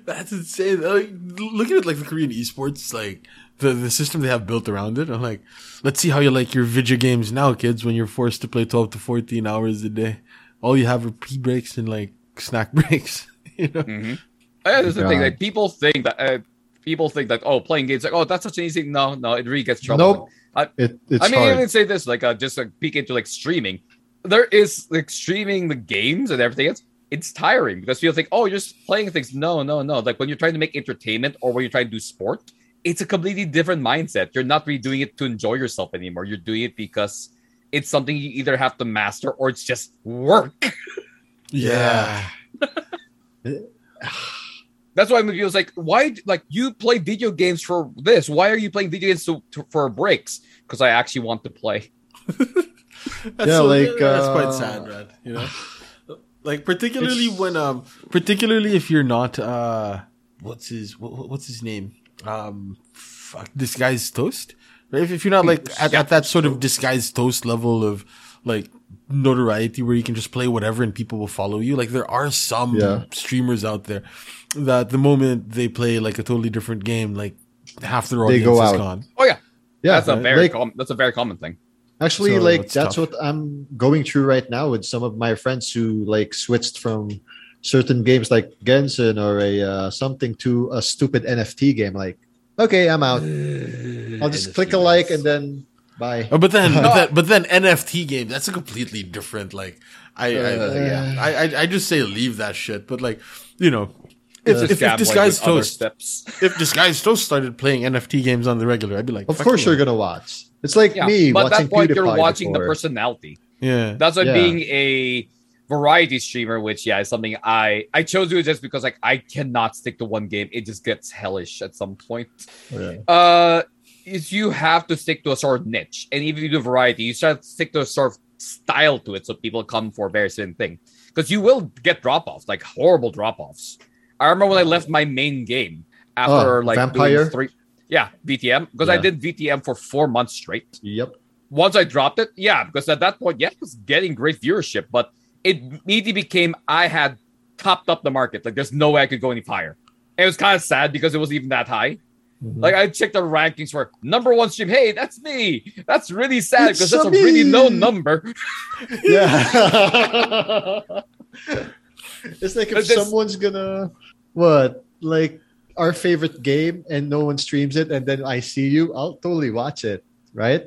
Speaker 3: That's insane. Like, looking at like the Korean esports, like the, the system they have built around it, I'm like, let's see how you like your video games now, kids, when you're forced to play 12 to 14 hours a day. All you have are pee breaks and like snack breaks. you know?
Speaker 2: Mm-hmm. Yeah, that's the thing.
Speaker 1: God.
Speaker 2: Like people think that uh, people think that oh, playing games like oh, that's such an easy. No, no, it really gets trouble.
Speaker 1: nope.
Speaker 2: I-
Speaker 1: it, it's
Speaker 2: I mean,
Speaker 1: hard.
Speaker 2: even say this like uh, just like peek into like streaming. There is like streaming the games and everything else. It's tiring because people think, oh, you're just playing things. No, no, no. Like when you're trying to make entertainment or when you're trying to do sport, it's a completely different mindset. You're not really doing it to enjoy yourself anymore. You're doing it because it's something you either have to master or it's just work.
Speaker 1: Yeah.
Speaker 2: That's why people was like, why? d- Like you play video games for this. Why are you playing video games to, to, for breaks? Because I actually want to play.
Speaker 3: That's
Speaker 1: Yeah,
Speaker 3: so-
Speaker 1: like,
Speaker 3: that's quite
Speaker 1: uh,
Speaker 3: sad, man. You know, like particularly when um, particularly if you're not uh, what's his wh- what's his name um, fuck this guy's toast. Right? If, if you're not like at, at that sort of disguised toast level of like notoriety where you can just play whatever and people will follow you. Like there are some
Speaker 1: Yeah.
Speaker 3: streamers out there that the moment they play like a totally different game, like half their
Speaker 1: They
Speaker 3: audience
Speaker 1: go
Speaker 3: is
Speaker 1: out.
Speaker 3: gone.
Speaker 2: Oh yeah,
Speaker 1: yeah,
Speaker 2: that's a very
Speaker 1: like,
Speaker 2: com- that's a very common thing.
Speaker 1: Actually,
Speaker 3: So
Speaker 1: like
Speaker 3: it's
Speaker 1: that's
Speaker 3: tough.
Speaker 1: what I'm going through right now with some of my friends who like switched from certain games like Genshin or a uh, something to a stupid NFT game. Like, okay, I'm out. I'll just click a like and then bye.
Speaker 3: Oh, but then,
Speaker 1: No.
Speaker 3: but then, but then NFT game. That's a completely different. Like, I, I
Speaker 1: Uh,
Speaker 3: yeah, I, I, I just say leave that shit. But like, you know, if,
Speaker 1: It's
Speaker 3: if,
Speaker 1: just
Speaker 3: if
Speaker 2: Gambling with
Speaker 3: disguised
Speaker 2: other
Speaker 3: toast,
Speaker 2: steps.
Speaker 3: if disguised toast started playing NFT games on the regular, I'd be like,
Speaker 1: Of
Speaker 3: fuck
Speaker 1: course,
Speaker 3: you.
Speaker 1: you're gonna watch. It's like
Speaker 2: Yeah,
Speaker 1: me
Speaker 2: but at
Speaker 1: watching
Speaker 2: that point,
Speaker 1: PewDiePie.
Speaker 2: you're watching the
Speaker 1: before.
Speaker 2: personality.
Speaker 3: yeah,
Speaker 2: That's what
Speaker 1: Yeah.
Speaker 2: being a variety streamer, which yeah, is something I I chose to do just because like I cannot stick to one game. It just gets hellish at some point.
Speaker 1: Yeah.
Speaker 2: Uh, is you have to stick to a sort of niche, and even if you do variety, you start to stick to a sort of style to it, so people come for a very certain thing. Because you will get drop offs, like horrible drop offs. I remember when I left my main game after
Speaker 1: Oh,
Speaker 2: like doing
Speaker 1: Vampire?
Speaker 2: three, yeah, VTM because I
Speaker 1: Yeah.
Speaker 2: did VTM for four months straight
Speaker 1: Yep.
Speaker 2: once I dropped it, yeah, because at that point, yeah, it was getting great viewership, but it immediately became I had topped up the market. Like there's no way I could go any higher. And it was kind of sad because it wasn't even that high.
Speaker 1: Mm-hmm.
Speaker 2: Like I checked the rankings for number one stream. Hey, that's me. That's really sad
Speaker 1: It's
Speaker 2: because that's a
Speaker 1: me.
Speaker 2: really low number.
Speaker 1: yeah. it's like if
Speaker 2: But this-
Speaker 1: someone's gonna what like our favorite game and no one streams it and then I see you, I'll totally watch it, right?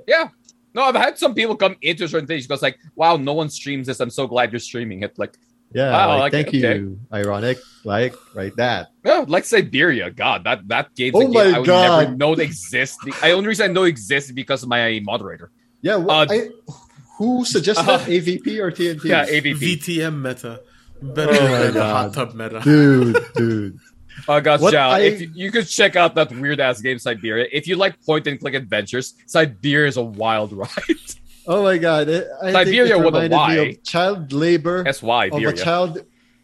Speaker 2: No, I've had some people come into certain things because like, wow, no one streams this. I'm so glad you're streaming it. Like,
Speaker 1: Yeah,
Speaker 2: Wow,
Speaker 1: like,
Speaker 2: like,
Speaker 1: thank
Speaker 2: okay.
Speaker 1: you. Ironic, like right that.
Speaker 2: oh, like Siberia. God, that that game's a
Speaker 1: Oh
Speaker 2: game
Speaker 1: my
Speaker 2: I would never
Speaker 1: God.
Speaker 2: know exists. The I only reason I know exists is because of my moderator.
Speaker 1: Yeah, wh-
Speaker 2: Uh,
Speaker 1: I, who suggested that,
Speaker 2: uh,
Speaker 1: AVP or TNT?
Speaker 2: Yeah, AVP.
Speaker 3: VTM meta.
Speaker 1: Oh
Speaker 3: Better
Speaker 1: my
Speaker 3: than the
Speaker 1: God.
Speaker 3: hot tub meta.
Speaker 1: dude, dude.
Speaker 2: Oh gosh,
Speaker 1: What
Speaker 2: yeah.
Speaker 1: I-
Speaker 2: If you, you could check out that weird ass game Siberia. If you like point and click adventures, Siberia is a wild ride.
Speaker 1: Oh my god, it, I
Speaker 2: Siberia
Speaker 1: think it
Speaker 2: with a
Speaker 1: reminded me of
Speaker 2: Y.
Speaker 1: child labor
Speaker 2: That's why
Speaker 1: of a
Speaker 2: Iberia.
Speaker 1: child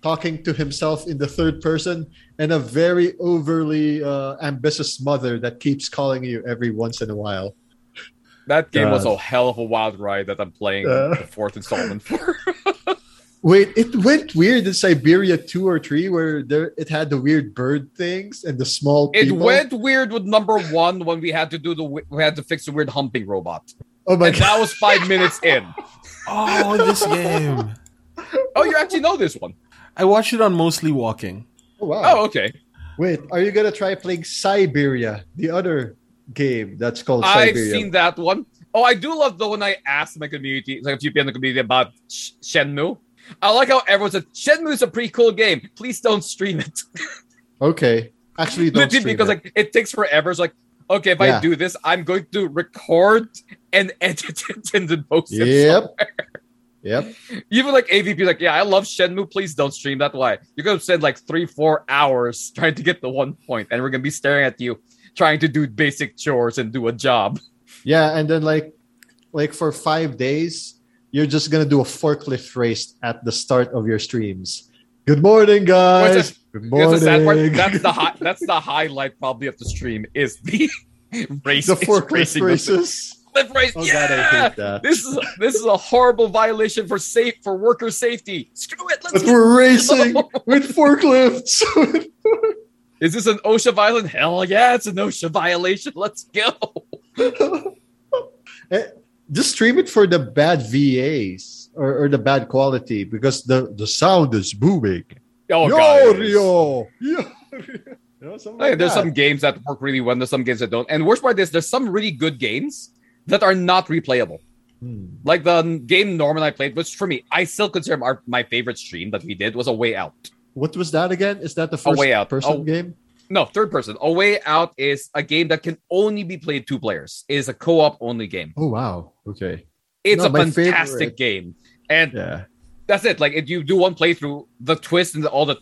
Speaker 1: talking to himself in the third person and a very overly uh, ambitious mother that keeps calling you every once in a while.
Speaker 2: That game was
Speaker 1: God.
Speaker 2: a hell of a wild ride that I'm playing
Speaker 1: Uh.
Speaker 2: the fourth installment for.
Speaker 1: Wait, it went weird in Siberia two or three where there it had the weird bird things and the small
Speaker 2: It
Speaker 1: people.
Speaker 2: went weird with number one when we had to do the wi- we had to fix the weird humping robot.
Speaker 1: oh my
Speaker 2: and
Speaker 1: god,
Speaker 2: that was five minutes in.
Speaker 3: Oh, this game.
Speaker 2: Oh, you actually know this one.
Speaker 3: I watched it on mostly walking.
Speaker 1: oh, wow.
Speaker 2: Oh, okay.
Speaker 1: Wait, are you gonna try playing Siberia, the other game that's called
Speaker 2: I've
Speaker 1: Siberia?
Speaker 2: seen that one. Oh, I do love the one I asked my community, like a few people in the community about Sh- Shenmue. I like how everyone said Shenmue is a pretty cool game. Please don't stream it.
Speaker 1: Okay, actually, don't
Speaker 2: Literally
Speaker 1: stream
Speaker 2: because
Speaker 1: it.
Speaker 2: like it takes forever. It's like, okay, if I
Speaker 1: Yeah.
Speaker 2: do this, I'm going to record and edit it and then post it.
Speaker 1: yep, yep.
Speaker 2: Even like AVP, like, yeah, I love Shenmue. Please don't stream that. Why? You're gonna spend like three, four hours trying to get the one point, and we're gonna be staring at you trying to do basic chores and do a job.
Speaker 1: Yeah, and then like like for five days, you're just gonna do a forklift race at the start of your streams. Good morning,
Speaker 2: What's
Speaker 1: guys. Good morning.
Speaker 2: That's the sad part. That's the hi- that's the highlight probably of the stream is the race.
Speaker 1: the
Speaker 2: it's
Speaker 1: forklift
Speaker 2: racing the
Speaker 1: races.
Speaker 2: forklift race.
Speaker 1: Oh
Speaker 2: yeah!
Speaker 1: god, I hate that.
Speaker 2: This is this is a horrible violation for safe for worker safety. Screw it. Let's
Speaker 1: But
Speaker 2: get-
Speaker 1: we're racing with forklifts.
Speaker 2: is this an OSHA violation? Hell yeah, it's an OSHA violation. Let's go. Oh,
Speaker 1: just stream it for the bad VAs or, or the bad quality because the, the sound is booming.
Speaker 2: Oh god. it is.
Speaker 1: Yorio! Yorio! You know, something
Speaker 2: Like,
Speaker 1: like
Speaker 2: there's
Speaker 1: that.
Speaker 2: some games that work really well, there's some games that don't. And worst part is there's some really good games that are not replayable.
Speaker 1: Hmm.
Speaker 2: Like the n- game Norman I played, which for me, I still consider our, my favorite stream that we did was A Way Out.
Speaker 1: What was that again? Is that the first
Speaker 2: Way Out.
Speaker 1: person
Speaker 2: Oh.
Speaker 1: game?
Speaker 2: No, third person. A Way Out is a game that can only be played two players. It is a co-op only game.
Speaker 1: Oh wow. Okay.
Speaker 2: It's
Speaker 1: No,
Speaker 2: a
Speaker 1: my
Speaker 2: fantastic
Speaker 1: favorite.
Speaker 2: game. And
Speaker 1: Yeah.
Speaker 2: that's it. Like if you do one playthrough, the twist and the, all the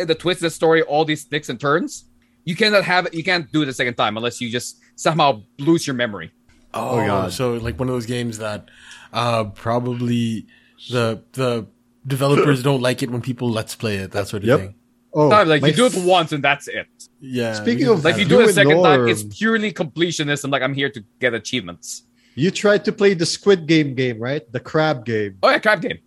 Speaker 2: and the twist, the story, all these nicks and turns, you cannot have it. You can't do it a second time unless you just somehow lose your memory.
Speaker 3: Oh,
Speaker 1: God.
Speaker 3: so like one of those games that uh, probably the the developers don't like it when people let's play it, that sort of
Speaker 1: Yep.
Speaker 3: thing.
Speaker 1: Oh,
Speaker 2: Sometimes, like
Speaker 1: my
Speaker 2: you do it
Speaker 1: f-
Speaker 2: once and that's it.
Speaker 3: Yeah.
Speaker 1: Speaking
Speaker 3: we
Speaker 1: of-
Speaker 3: can
Speaker 2: Like
Speaker 3: have
Speaker 2: you
Speaker 1: Yeah.
Speaker 2: do it
Speaker 1: You
Speaker 2: a second time,
Speaker 1: norm.
Speaker 2: it's purely completionist. I'm like I'm here to get achievements.
Speaker 1: You tried to play the Squid Game game, right? The crab game.
Speaker 2: Oh yeah, crab game.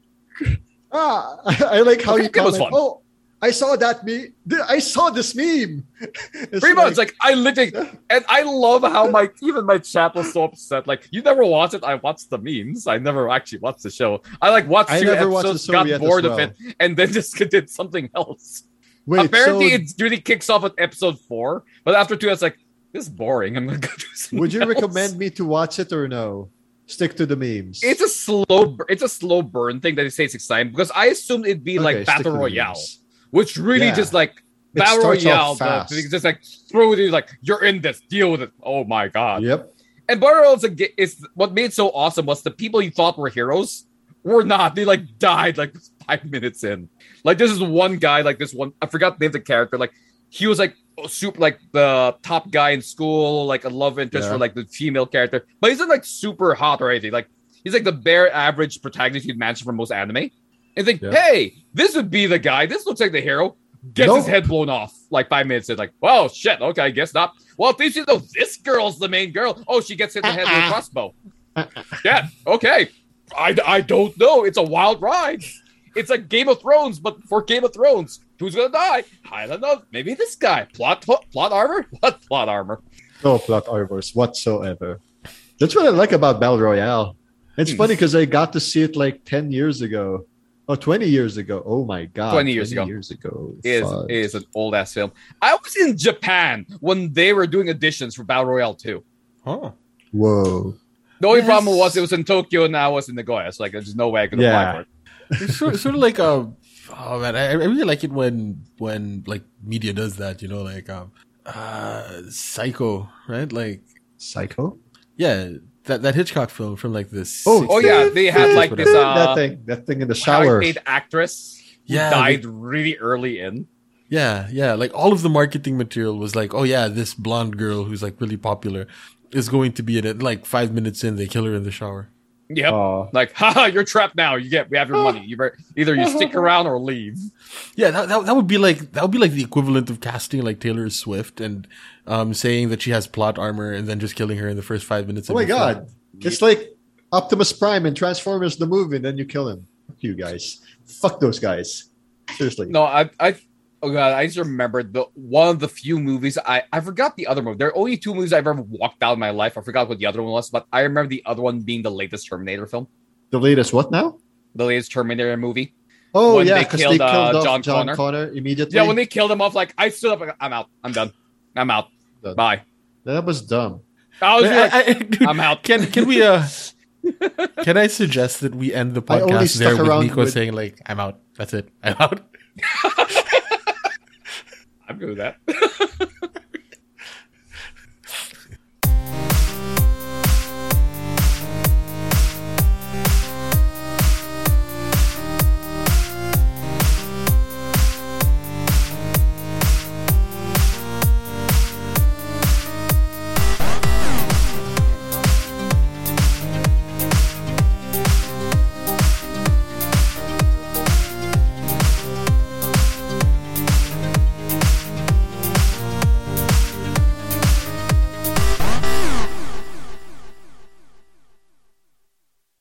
Speaker 1: Ah, I like how
Speaker 2: The
Speaker 1: you
Speaker 2: crab game was
Speaker 1: comment.
Speaker 2: fun.
Speaker 1: Oh, I saw that me. I saw this meme. It's
Speaker 2: Pretty much, like I literally, and I love how my even my chat was so upset. Like you never watch it. I watched the memes. I never actually watched the show. I like watched
Speaker 1: I
Speaker 2: two
Speaker 1: never watched the
Speaker 2: episodes,
Speaker 1: show
Speaker 2: got
Speaker 1: yet as
Speaker 2: bored of
Speaker 1: well.
Speaker 2: it, and then just did something else.
Speaker 1: Wait,
Speaker 2: Apparently,
Speaker 1: so
Speaker 2: it really kicks off at episode four, but after two, it's like this is boring. I'm gonna go do something.
Speaker 1: would you
Speaker 2: else.
Speaker 1: recommend me to watch it or no? Stick to the memes.
Speaker 2: It's a slow. bur- It's a slow burn thing that it says exciting because I assumed it'd be
Speaker 1: Okay,
Speaker 2: like
Speaker 1: stick to
Speaker 2: battle
Speaker 1: the
Speaker 2: royale,
Speaker 1: memes.
Speaker 2: which really
Speaker 1: Yeah.
Speaker 2: just like
Speaker 1: It
Speaker 2: battle
Speaker 1: starts off
Speaker 2: royale. the-
Speaker 1: fast.
Speaker 2: it's just like throw it in, like you're in this, deal with it. Oh my god!
Speaker 1: Yep.
Speaker 2: And battle royale is, a ga- is what made it so awesome was the people you thought were heroes were not. They like died like five minutes in. Like this is one guy, like this one. I forgot the name of the character. Like he was like super, like the top guy in school, like a love interest
Speaker 1: Yeah.
Speaker 2: for like the female character, but he's not like super hot or anything. Like he's like the bare average protagonist you'd imagine for most anime. And think,
Speaker 1: Yeah.
Speaker 2: hey, this would be the guy. This looks like the hero. Gets
Speaker 1: Nope.
Speaker 2: his head blown off like five minutes in. Like, oh shit, okay, I guess not. Well, at least you know this girl's the main girl. Oh, she gets hit in the head with a crossbow. yeah, okay. I, I don't know. It's a wild ride. It's like Game of Thrones, but for Game of Thrones, who's gonna die? I don't know. Maybe this guy. Plot plot armor. What plot armor?
Speaker 1: no plot armors whatsoever.
Speaker 2: Hmm.
Speaker 1: That's what I like about Battle Royale. It's funny because I got to see it like 10 years ago. Oh, 20 years ago. Oh my god.
Speaker 2: 20 years ago.
Speaker 1: yego.
Speaker 2: is
Speaker 1: Fuck.
Speaker 2: is an old ass film. I was in Japan when they were doing editions for Battle Royale 2.
Speaker 3: Huh.
Speaker 1: Whoa.
Speaker 2: The only
Speaker 3: Yes.
Speaker 2: problem was it was in Tokyo and I was in Nagoya, so like there's no way I could
Speaker 1: Yeah.
Speaker 2: apply for it.
Speaker 3: It's sort, sort of like um oh man, I, I really like it when when like media does that, you know, like um uh Psycho, right? Like
Speaker 1: Psycho?
Speaker 3: yeah, that that Hitchcock film from like this
Speaker 2: Oh, yeah, they had, like, this, uh,
Speaker 1: that thing, that thing in the
Speaker 2: How I
Speaker 1: shower.
Speaker 2: Paid actress who
Speaker 3: Yeah,
Speaker 2: died really early in.
Speaker 3: Yeah, yeah. Like all of the marketing material was like, oh yeah, this blonde girl who's like really popular is going to be in it. Like five minutes in, they kill her in the shower.
Speaker 2: Yep.
Speaker 1: Aw.
Speaker 2: like, haha, you're trapped now. You get we have your money. You better, either you stick around or leave.
Speaker 3: Yeah, that, that that would be like that would be like the equivalent of casting like Taylor Swift and um saying that she has plot armor and then just killing her in the first five minutes.
Speaker 1: oh
Speaker 3: of
Speaker 1: my
Speaker 3: the film.
Speaker 1: god. It's like Optimus Prime and Transformers the movie, and then you kill him. Fuck you guys. Fuck those guys. Seriously.
Speaker 2: No, I I oh god, I just remembered the one of the few movies I I forgot the other movie. There are only two movies I've ever walked out in my life. I forgot what the other one was, but I remember the other one being the latest Terminator film,
Speaker 1: The latest what now?
Speaker 2: the latest Terminator movie.
Speaker 1: Oh
Speaker 2: When
Speaker 1: yeah,
Speaker 2: they
Speaker 1: because they
Speaker 2: killed,
Speaker 1: killed
Speaker 2: uh,
Speaker 1: off
Speaker 2: John
Speaker 1: John,
Speaker 2: Connor.
Speaker 1: Connor. immediately.
Speaker 2: Yeah, when they killed him off, like I stood up, like, I'm out, I'm done, I'm out,
Speaker 1: Done.
Speaker 2: bye.
Speaker 1: that was dumb.
Speaker 2: I was
Speaker 3: I-
Speaker 2: like,
Speaker 3: I- I- dude,
Speaker 2: I'm out.
Speaker 3: Can can we uh can I suggest that we end the
Speaker 1: I only
Speaker 3: podcast
Speaker 1: stuck
Speaker 3: there with
Speaker 1: around
Speaker 3: Nico
Speaker 1: with-
Speaker 3: saying like I'm out. That's it. I'm out.
Speaker 2: I'm good with that.